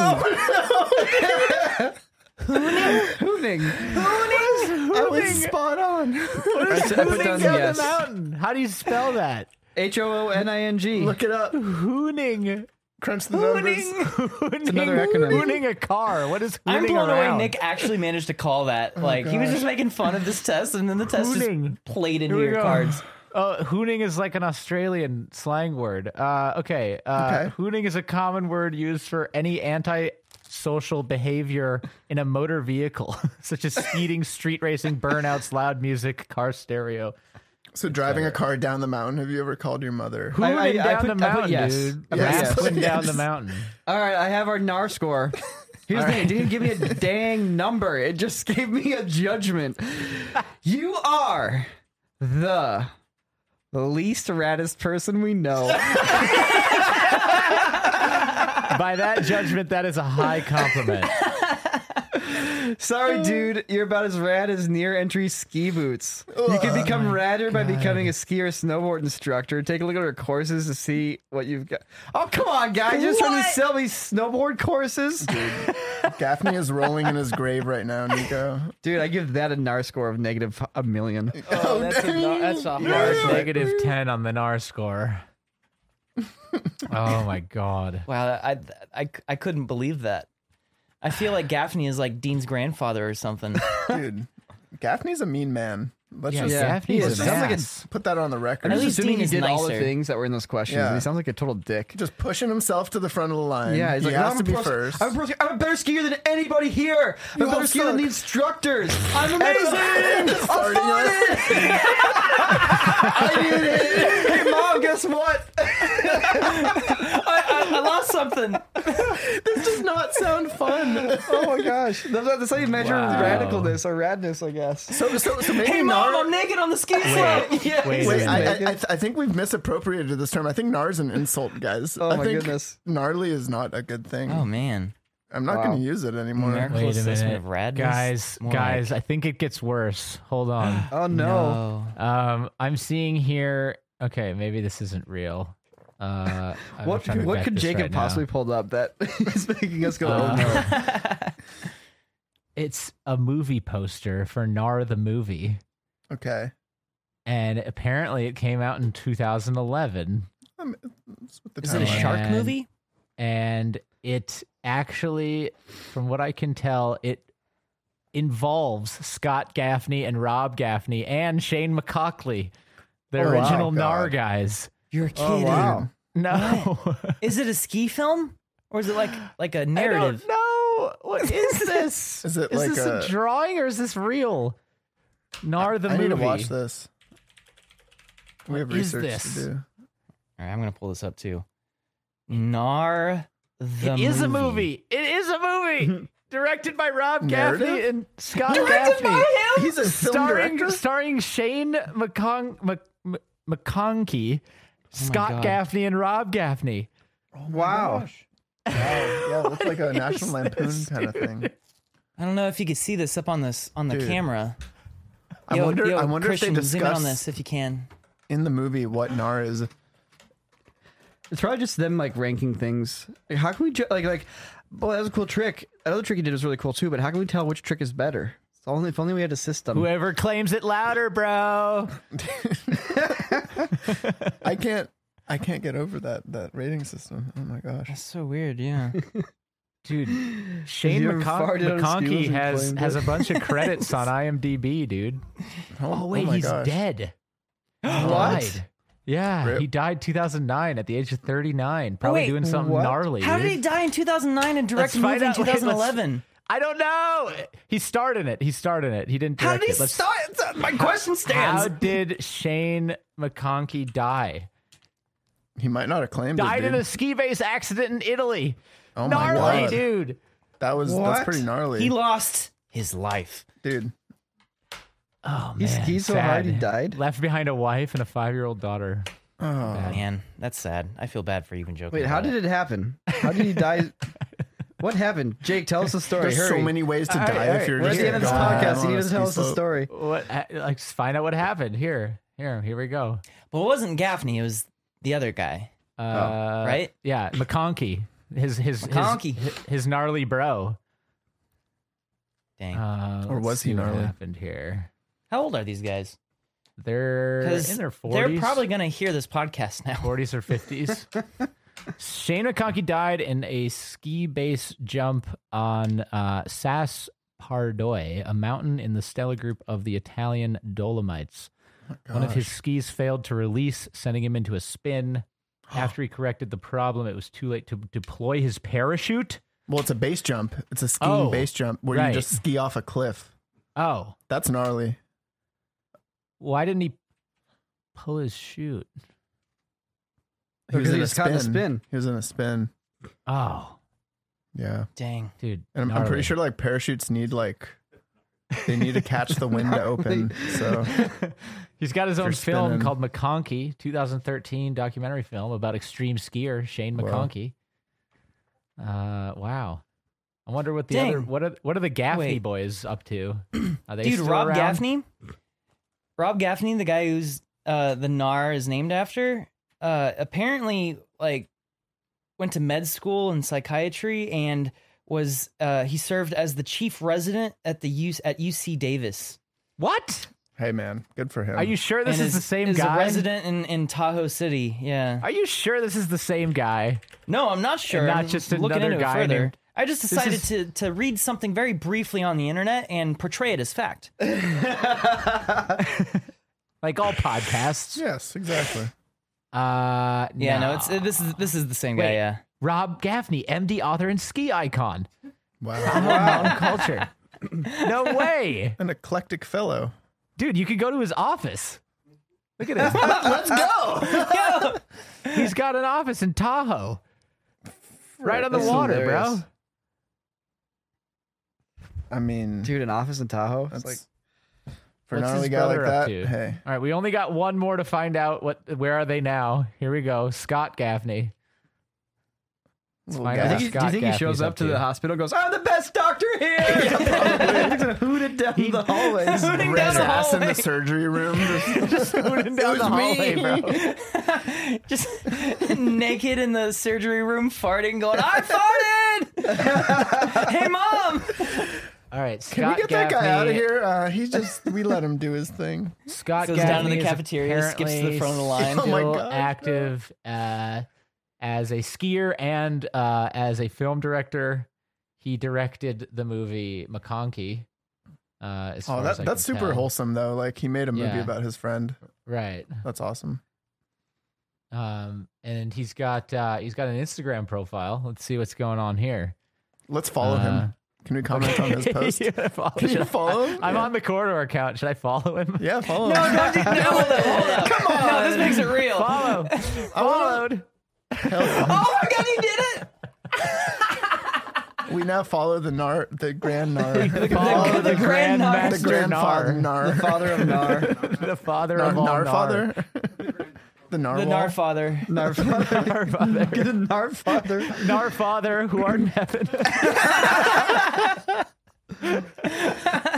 Speaker 2: hooning. Oh, Hooning. I was spot on. I put down
Speaker 3: Hooning down the
Speaker 2: yes.
Speaker 3: mountain. How do you spell that?
Speaker 2: H o o n i n g.
Speaker 5: Look it up.
Speaker 3: Hooning.
Speaker 5: Crunch the numbers.
Speaker 3: Hooning.
Speaker 2: another acronym.
Speaker 3: Hooning a car. What is hooning
Speaker 4: I'm blown
Speaker 3: around?
Speaker 4: away. Nick actually managed to call that. Like he was just making fun of this test, and then the test
Speaker 3: Hooning.
Speaker 4: just played into
Speaker 3: Here we
Speaker 4: your
Speaker 3: go. *laughs*
Speaker 4: cards.
Speaker 3: Uh, hooning is like an Australian slang word. Uh, okay. Uh,
Speaker 5: Okay.
Speaker 3: Hooning is a common word used for any anti social behavior in a motor vehicle, *laughs* such as speeding, street racing, burnouts, loud music, car stereo.
Speaker 5: So driving a car down the mountain. Have you ever called your mother? *laughs*
Speaker 3: Hooning
Speaker 2: I- I
Speaker 3: down
Speaker 2: put-
Speaker 3: the
Speaker 2: I put
Speaker 3: mountain,
Speaker 2: yes.
Speaker 3: dude.
Speaker 2: I put
Speaker 3: Yes.
Speaker 5: yes.
Speaker 3: down the
Speaker 5: Yes.
Speaker 3: mountain.
Speaker 2: All right, I have our NAR score. Here's the thing. It didn't give me *laughs* a dang number. It just gave me a judgment. You are the least raddest person we *laughs* know.
Speaker 3: By that judgment, that is a
Speaker 2: *laughs*
Speaker 3: high compliment.
Speaker 5: Uh.
Speaker 2: Sorry, dude. You're about as rad as near entry ski boots. You can
Speaker 4: Oh
Speaker 2: become radder by becoming a skier or snowboard instructor. Take a look at our courses to see what you've got. Oh, come on, guys. You're just trying to sell me snowboard courses?
Speaker 5: Gaffney is rolling in his grave right now, Nico.
Speaker 2: Dude, I give that a NAR score of negative f- a million.
Speaker 4: Oh, that's a, that's a hard.
Speaker 3: Negative 10 on the
Speaker 2: *laughs*
Speaker 3: NAR score. Oh my God.
Speaker 4: Wow, I, I I couldn't believe that. I feel like Gaffney is like Dean's grandfather or
Speaker 5: *laughs*
Speaker 4: something.
Speaker 5: Dude, Gaffney's a mean man. Let's just
Speaker 2: Yeah.
Speaker 3: Gaffney's
Speaker 2: He is.
Speaker 3: an
Speaker 2: Sounds like
Speaker 3: ass.
Speaker 5: put that on the record.
Speaker 2: I'm
Speaker 4: At
Speaker 2: just
Speaker 4: least
Speaker 2: assuming
Speaker 4: Dean
Speaker 2: he
Speaker 4: is
Speaker 2: did all the
Speaker 4: nicer.
Speaker 2: things that were in those questions.
Speaker 5: Yeah.
Speaker 2: and he sounds like a total dick.
Speaker 5: Just pushing himself to the front of the line.
Speaker 2: Yeah, he's
Speaker 5: he
Speaker 2: like,
Speaker 5: has
Speaker 2: "No, I'm a
Speaker 5: to be
Speaker 2: pro-
Speaker 5: first.
Speaker 2: I'm a, pro skier. I'm a better skier than anybody here. I'm a
Speaker 5: You
Speaker 2: better
Speaker 5: all
Speaker 2: skier than
Speaker 5: suck."
Speaker 2: the instructors. I'm
Speaker 5: *laughs*
Speaker 2: amazing.
Speaker 5: Starting
Speaker 2: I
Speaker 5: us.
Speaker 2: farted. *laughs* I did it. Hey, mom, guess what?
Speaker 4: I, I I lost
Speaker 5: *laughs*
Speaker 4: something.
Speaker 5: does
Speaker 4: *laughs*
Speaker 5: not sound fun.
Speaker 2: oh my gosh, that's, that's how you measure
Speaker 3: Wow.
Speaker 2: radicalness or radness, I guess.
Speaker 5: So, so, so maybe
Speaker 4: Hey, mom,
Speaker 5: Nars.
Speaker 4: I'm naked on the ski slope. *laughs* Yeah.
Speaker 3: Wait,
Speaker 5: Wait,
Speaker 3: a
Speaker 5: I, I,
Speaker 3: minute.
Speaker 5: I, th- I think we've misappropriated this term. I think "nar" is an insult, guys.
Speaker 2: Oh
Speaker 5: I
Speaker 2: my
Speaker 5: think
Speaker 2: goodness.
Speaker 5: gnarly is not a good thing.
Speaker 4: Oh man,
Speaker 5: I'm not going to use it anymore.
Speaker 4: America-
Speaker 3: Wait a
Speaker 4: Assessment
Speaker 3: minute,
Speaker 4: of radness?
Speaker 3: guys,
Speaker 4: More
Speaker 3: guys. I think it gets worse. Hold
Speaker 4: *gasps*
Speaker 3: on.
Speaker 2: Oh no.
Speaker 3: Um, I'm seeing here. Okay, maybe this isn't real. Uh, I'm
Speaker 2: What
Speaker 3: trying to
Speaker 2: what
Speaker 3: vet
Speaker 2: could
Speaker 3: this
Speaker 2: Jacob
Speaker 3: right now.
Speaker 2: possibly pull up that *laughs* is making us go?
Speaker 3: Uh,
Speaker 2: *laughs* oh no.
Speaker 3: *laughs* It's a movie poster for Nar the movie,
Speaker 5: Okay,
Speaker 3: and apparently it came out in 2011,
Speaker 5: um, it's with the
Speaker 4: is it a
Speaker 5: timeline.
Speaker 4: shark
Speaker 3: And-
Speaker 4: movie?
Speaker 3: and it actually, from what I can tell, it involves Scott Gaffney and Rob Gaffney and Shane McCockley, the
Speaker 5: Oh, wow.
Speaker 3: original Nar
Speaker 5: God.
Speaker 3: guys.
Speaker 4: You're kidding.
Speaker 5: Oh wow!
Speaker 3: No. *laughs*
Speaker 4: Is it a ski film or is it
Speaker 5: *gasps*
Speaker 4: like like a narrative?
Speaker 3: No, what *laughs* is this?
Speaker 5: Is it
Speaker 3: is
Speaker 5: like
Speaker 3: this a...
Speaker 5: a-
Speaker 3: drawing or is this real? Nar the
Speaker 5: I
Speaker 3: movie.
Speaker 5: need to watch this. We have
Speaker 3: What is
Speaker 5: research
Speaker 3: this?
Speaker 5: to do.
Speaker 4: All right, I'm gonna pull this up too. Nar the
Speaker 3: It is a movie. It is a
Speaker 5: *laughs*
Speaker 3: movie. Directed by Rob Gaffney
Speaker 5: Narrative?
Speaker 3: and Scott Gaffney.
Speaker 5: *laughs* He's a film
Speaker 3: starring
Speaker 5: director.
Speaker 3: starring Shane McCon- Mc- Mc- McConkey, Scott
Speaker 4: God.
Speaker 3: Gaffney, and Rob Gaffney.
Speaker 5: wow. Wow. Yeah, it looks like a National Lampoon kind of thing.
Speaker 4: I don't know if you can see this up on this on the
Speaker 5: Dude.
Speaker 4: camera.
Speaker 5: I
Speaker 4: Yo,
Speaker 5: wonder.
Speaker 4: yo,
Speaker 5: I wonder
Speaker 4: Christian,
Speaker 5: if they
Speaker 4: zoom in
Speaker 5: discuss
Speaker 4: on this if you can.
Speaker 5: in the movie what Nar is.
Speaker 2: It's probably just them like ranking things. Like, how can we ju- like like? Boy, that was a cool trick. Another trick he did was really cool too. But how can we tell which trick is better? It's only if only we had a system.
Speaker 3: Whoever claims it louder, bro.
Speaker 5: I can't. I can't get over that that rating system. Oh my gosh.
Speaker 4: That's so weird. Yeah.
Speaker 3: Dude, Shane
Speaker 2: ever
Speaker 3: McCon-
Speaker 2: farted on
Speaker 3: McConkey
Speaker 2: skis and
Speaker 3: has
Speaker 2: claimed
Speaker 3: has
Speaker 2: it?
Speaker 3: a bunch of credits on IMDb, dude.
Speaker 5: Oh,
Speaker 3: Oh wait,
Speaker 5: my
Speaker 3: he's
Speaker 5: gosh.
Speaker 3: dead. He
Speaker 5: What?
Speaker 3: died. Yeah,
Speaker 5: Rip.
Speaker 3: he died 2009 at the age of 39, probably
Speaker 4: Wait,
Speaker 3: doing something
Speaker 2: what?
Speaker 3: gnarly.
Speaker 4: How
Speaker 3: dude.
Speaker 4: did he die in 2009 and direct
Speaker 3: Let's
Speaker 4: a movie
Speaker 3: find
Speaker 4: in
Speaker 3: out. Wait, let's-
Speaker 4: 2011?
Speaker 3: I don't know. He starred in it. He starred in it. He didn't direct
Speaker 4: How did he
Speaker 3: it. Let's-
Speaker 4: start? uh, My question stands.
Speaker 3: How did Shane McConkey die?
Speaker 5: He might not have claimed it,
Speaker 3: Died in
Speaker 5: dude.
Speaker 3: a ski base accident in Italy.
Speaker 5: Oh my
Speaker 3: gnarly,
Speaker 5: god,
Speaker 3: dude.
Speaker 5: that was
Speaker 2: What?
Speaker 5: that's pretty gnarly,
Speaker 4: he lost his life.
Speaker 5: dude.
Speaker 3: Oh man,
Speaker 2: He skis so hard he
Speaker 3: Sad.
Speaker 2: died?
Speaker 3: Left behind a wife and a five-year-old daughter.
Speaker 5: Oh,
Speaker 4: Man, that's sad. I feel bad for even joking.
Speaker 2: Wait, how
Speaker 4: about
Speaker 2: did it happen? How did he
Speaker 3: *laughs*
Speaker 2: die? what happened? Jake, tell us the story.
Speaker 5: there's so
Speaker 2: Hurry.
Speaker 5: many ways to
Speaker 3: All right,
Speaker 5: die
Speaker 3: all
Speaker 5: if
Speaker 3: right.
Speaker 5: you're
Speaker 2: We're at
Speaker 5: just
Speaker 2: the end of this
Speaker 5: going down
Speaker 2: podcast. You
Speaker 5: on
Speaker 2: need
Speaker 5: a
Speaker 2: to
Speaker 5: ski
Speaker 2: tell us the
Speaker 5: slope.
Speaker 2: story.
Speaker 3: What? I- Like, find out what happened. Here, here, here we go.
Speaker 4: Well, it wasn't Gaffney. It was the other guy.
Speaker 3: Uh,
Speaker 4: right?
Speaker 3: Yeah, McConkey. His his
Speaker 4: McConkey.
Speaker 3: his, his gnarly bro.
Speaker 4: Dang.
Speaker 3: Uh,
Speaker 5: Or
Speaker 3: let's
Speaker 5: was he
Speaker 3: see what
Speaker 5: gnarly?
Speaker 3: Happened here.
Speaker 4: how old are these guys?
Speaker 3: They're in
Speaker 4: Because
Speaker 3: their 40s
Speaker 4: they're probably going to hear this podcast now. *laughs*
Speaker 3: 40s or 50s. *laughs* Shane McConkey died in a ski base jump on uh, Sas Pardoy, a mountain in the Stella group of the Italian Dolomites. One of his skis failed to release, sending him into a spin. After he corrected the problem, it was too late to deploy his parachute.
Speaker 5: Well, it's a base jump. It's a skiing
Speaker 3: Oh,
Speaker 5: base jump where
Speaker 3: right.
Speaker 5: you just ski off a cliff.
Speaker 3: Oh,
Speaker 5: That's gnarly.
Speaker 3: why didn't he pull his chute?
Speaker 5: He
Speaker 2: Because he was caught in a spin.
Speaker 5: He was in a spin.
Speaker 3: Oh,
Speaker 5: Yeah,
Speaker 4: Dang.
Speaker 3: dude.
Speaker 5: and I'm, I'm pretty
Speaker 3: gnarly.
Speaker 5: sure like parachutes need like they need to catch the wind
Speaker 3: *laughs*
Speaker 5: to open. So
Speaker 3: He's got his own
Speaker 5: you're
Speaker 3: film
Speaker 5: spinning.
Speaker 3: called McConkey, 2013 documentary film about extreme skier Shane
Speaker 5: Wow.
Speaker 3: McConkey. Uh, wow. I wonder what the
Speaker 4: Dang.
Speaker 3: other what are what are the Gaffney
Speaker 4: Wait.
Speaker 3: boys up
Speaker 5: *clears throat*
Speaker 3: to? Are they
Speaker 4: Dude,
Speaker 3: still
Speaker 4: Rob
Speaker 3: around?
Speaker 4: Gaffney. Rob Gaffney, the guy who's uh, the NAR is named after, uh, apparently like went to med school in psychiatry and was uh, he served as the chief resident at the U- at UC Davis.
Speaker 3: What?
Speaker 5: hey, man, good for him.
Speaker 3: Are you sure this
Speaker 4: and
Speaker 3: is, the same
Speaker 4: is
Speaker 3: guy?
Speaker 4: A resident in, in Tahoe City. Yeah.
Speaker 3: Are you sure this is the same guy?
Speaker 4: No, I'm not sure.
Speaker 3: And not
Speaker 4: I'm
Speaker 3: just
Speaker 4: looking
Speaker 3: another
Speaker 4: into
Speaker 3: guy
Speaker 4: it further.
Speaker 3: named-
Speaker 4: I just decided to, to read something very briefly on the internet and portray it
Speaker 3: *laughs*
Speaker 4: as fact.
Speaker 3: Like all podcasts.
Speaker 5: Yes, exactly.
Speaker 3: Uh,
Speaker 4: Yeah, no, it's this is this is the same guy.
Speaker 3: Wait. *laughs*
Speaker 4: Yeah,
Speaker 3: Rob Gaffney, MD, author, and ski
Speaker 4: *laughs*
Speaker 3: icon. *laughs*
Speaker 5: Wow,
Speaker 3: Mountain culture. No way.
Speaker 5: an eclectic fellow.
Speaker 3: Dude, you could go to his office.
Speaker 5: *laughs*
Speaker 3: *laughs* Look at this. Let's go. He's got an office in Tahoe. right on the
Speaker 2: That's
Speaker 3: water,
Speaker 2: hilarious.
Speaker 3: bro.
Speaker 5: I mean,
Speaker 2: Dude, an office in Tahoe. It's
Speaker 5: that's
Speaker 2: like
Speaker 5: for
Speaker 3: What's
Speaker 5: an
Speaker 3: his
Speaker 5: early guy like
Speaker 3: brother up
Speaker 5: that.
Speaker 3: to?
Speaker 5: Hey,
Speaker 3: All right, we only got one more to find out what where are they now. Here we go. Scott Gaffney.
Speaker 5: little
Speaker 2: I
Speaker 3: fine.
Speaker 5: guy.
Speaker 2: think he,
Speaker 5: *laughs*
Speaker 2: do you
Speaker 3: Scott
Speaker 2: think he shows
Speaker 3: Gaffney's
Speaker 2: up,
Speaker 3: up
Speaker 2: to
Speaker 3: to
Speaker 2: the
Speaker 3: you.
Speaker 2: hospital and goes, I'm the best doctor
Speaker 3: *laughs*
Speaker 2: here? *laughs* He's gonna hoot it down the hallways.
Speaker 4: Hooting down
Speaker 5: His
Speaker 4: the
Speaker 5: ass in
Speaker 4: hallway.
Speaker 5: the
Speaker 3: *laughs*
Speaker 5: surgery room.
Speaker 3: Just hooting down the hallway, bro.
Speaker 4: just *laughs* naked in the surgery room, farting, going, "I farted." *laughs* hey, mom.
Speaker 3: All right, Scott
Speaker 5: *laughs* Can we get that
Speaker 3: Gaffney,
Speaker 5: guy out of here? Uh, he just we let him do his thing.
Speaker 3: Scott
Speaker 4: Goes
Speaker 3: Gaffney
Speaker 4: down to the
Speaker 3: is
Speaker 4: cafeteria, skips to the front of the line.
Speaker 3: apparently
Speaker 5: *laughs* Oh
Speaker 3: still
Speaker 5: my God.
Speaker 3: active uh, as a skier and uh, as a film director. He directed the movie McConkey. Uh, as
Speaker 5: Oh,
Speaker 3: far
Speaker 5: that,
Speaker 3: as I
Speaker 5: that's
Speaker 3: can
Speaker 5: super
Speaker 3: tell.
Speaker 5: wholesome though. Like he made a movie
Speaker 3: Yeah.
Speaker 5: about his friend.
Speaker 3: right?
Speaker 5: That's awesome.
Speaker 3: Um, and he's got uh, he's got an Instagram profile. Let's see what's going on here.
Speaker 5: Let's follow
Speaker 3: Uh,
Speaker 5: him. Can we comment *laughs* on
Speaker 3: *laughs*
Speaker 5: his post?
Speaker 3: You gotta follow-
Speaker 5: Can
Speaker 3: should
Speaker 5: you
Speaker 3: I-
Speaker 5: follow him?
Speaker 3: I'm
Speaker 5: yeah.
Speaker 3: on the corridor account. Should I follow him?
Speaker 5: Yeah, follow
Speaker 4: No,
Speaker 5: him.
Speaker 4: don't do, no, hold up, hold up. Come on. No, this makes it
Speaker 3: *laughs*
Speaker 4: real.
Speaker 3: Follow. Followed.
Speaker 4: Oh my god, he did
Speaker 3: *laughs*
Speaker 4: it.
Speaker 5: We now follow the nar, the grand nar, the,
Speaker 3: Follow
Speaker 4: the grand-
Speaker 5: *laughs* the
Speaker 3: grandmaster
Speaker 5: grandfather
Speaker 3: Nar.
Speaker 5: nar,
Speaker 2: Father of
Speaker 3: *laughs*
Speaker 2: Nar. *laughs*
Speaker 3: The father
Speaker 5: nar,
Speaker 3: of all
Speaker 5: nar
Speaker 3: Nar.
Speaker 5: father, *laughs* the nar,
Speaker 4: The Nar father.
Speaker 2: Nar father. Get a Nar father.
Speaker 3: Nar father who art in heaven. oh my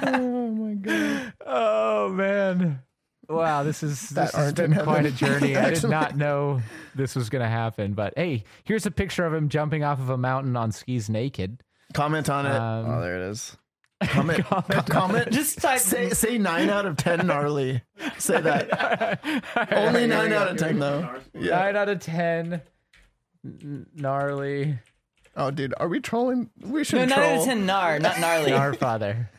Speaker 3: god. Oh man. Wow, this is
Speaker 5: That
Speaker 3: this has
Speaker 5: aren't
Speaker 3: been
Speaker 5: in
Speaker 3: quite a
Speaker 5: heaven,
Speaker 3: journey. I did
Speaker 5: actually.
Speaker 3: not know this was gonna happen. But hey, here's a picture of him jumping off of a mountain on skis naked.
Speaker 5: Comment on it.
Speaker 2: Oh,
Speaker 3: Um,
Speaker 2: there it is.
Speaker 5: comment. co-
Speaker 4: *laughs*
Speaker 5: comment.
Speaker 4: Just type.
Speaker 5: *laughs* say say nine out of ten gnarly. Say that. Only nine out of ten though. Yeah.
Speaker 3: nine out of ten. N- gnarly.
Speaker 5: Oh, dude, are we trolling? We should
Speaker 4: no, nine
Speaker 5: troll.
Speaker 4: out of ten Nar, not
Speaker 3: *laughs*
Speaker 4: gnarly.
Speaker 3: Nar father.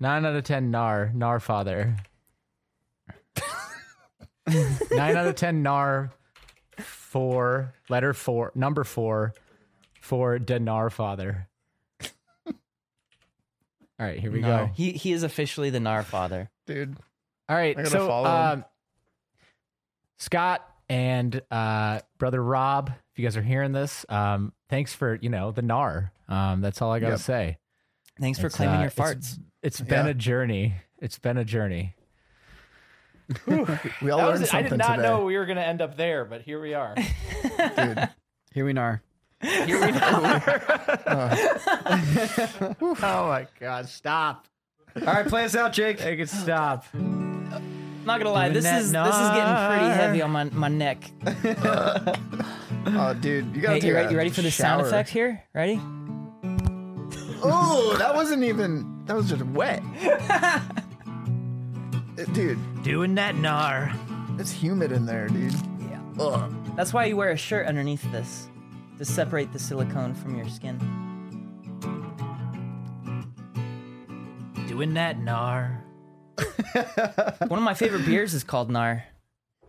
Speaker 3: Nine out of ten nar. Nar
Speaker 5: *laughs*
Speaker 3: father. Nine out of ten nar four. Letter four. Number four. For denar father. All right, here we go.
Speaker 4: He he is officially the Nar father.
Speaker 5: dude.
Speaker 3: All right,
Speaker 5: I gotta
Speaker 3: so
Speaker 5: follow him.
Speaker 3: um, Scott and uh, brother Rob, if you guys are hearing this, um, thanks for you know the nar. Um, that's all I gotta
Speaker 5: Yep.
Speaker 3: say.
Speaker 4: Thanks for
Speaker 3: It's,
Speaker 4: claiming
Speaker 3: uh,
Speaker 4: your
Speaker 3: it's-
Speaker 4: farts.
Speaker 3: It's been
Speaker 5: Yeah.
Speaker 3: a journey. It's been a journey.
Speaker 5: We all learned something today,
Speaker 3: we were going to end up there, but here we are.
Speaker 5: dude.
Speaker 2: Here we Nar.
Speaker 3: oh my God! Stop!
Speaker 2: All right, play us out, Jake.
Speaker 3: Make it stop.
Speaker 4: I'm not gonna lie, this
Speaker 3: that
Speaker 4: is this is getting pretty
Speaker 3: Nar.
Speaker 4: heavy on my, my neck.
Speaker 5: Oh, dude, you gotta
Speaker 4: Hey,
Speaker 5: take
Speaker 4: you,
Speaker 5: a
Speaker 4: ready, you ready for the sound
Speaker 5: shower. *laughs*
Speaker 4: effect here? Ready?
Speaker 5: Oh, that wasn't even. That was just wet. Uh, dude,
Speaker 3: Doing that nar.
Speaker 5: it's humid in there, dude.
Speaker 4: Yeah.
Speaker 5: Ugh.
Speaker 4: That's why you wear a shirt underneath this to separate the silicone from your skin.
Speaker 3: Doing that nar.
Speaker 4: *laughs* One of my favorite beers is called Nar.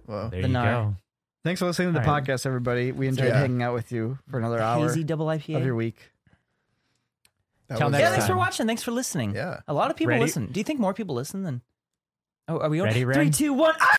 Speaker 5: Whoa.
Speaker 3: There
Speaker 4: The
Speaker 3: you
Speaker 4: nar.
Speaker 3: go.
Speaker 2: Thanks for listening to the
Speaker 3: All right.
Speaker 2: podcast, everybody. We enjoyed
Speaker 5: Yeah.
Speaker 2: hanging out with you for another hour
Speaker 4: Hazy double IPA.
Speaker 2: of your week.
Speaker 5: That
Speaker 3: Till
Speaker 5: was-
Speaker 4: yeah,
Speaker 3: next
Speaker 4: thanks
Speaker 3: time.
Speaker 4: for watching. Thanks for listening.
Speaker 5: Yeah.
Speaker 4: A lot of people
Speaker 3: Ready?
Speaker 4: listen. Do you think more people listen than? Oh, are we on?
Speaker 3: Ready, Ren?
Speaker 4: Three, two, one. Ah!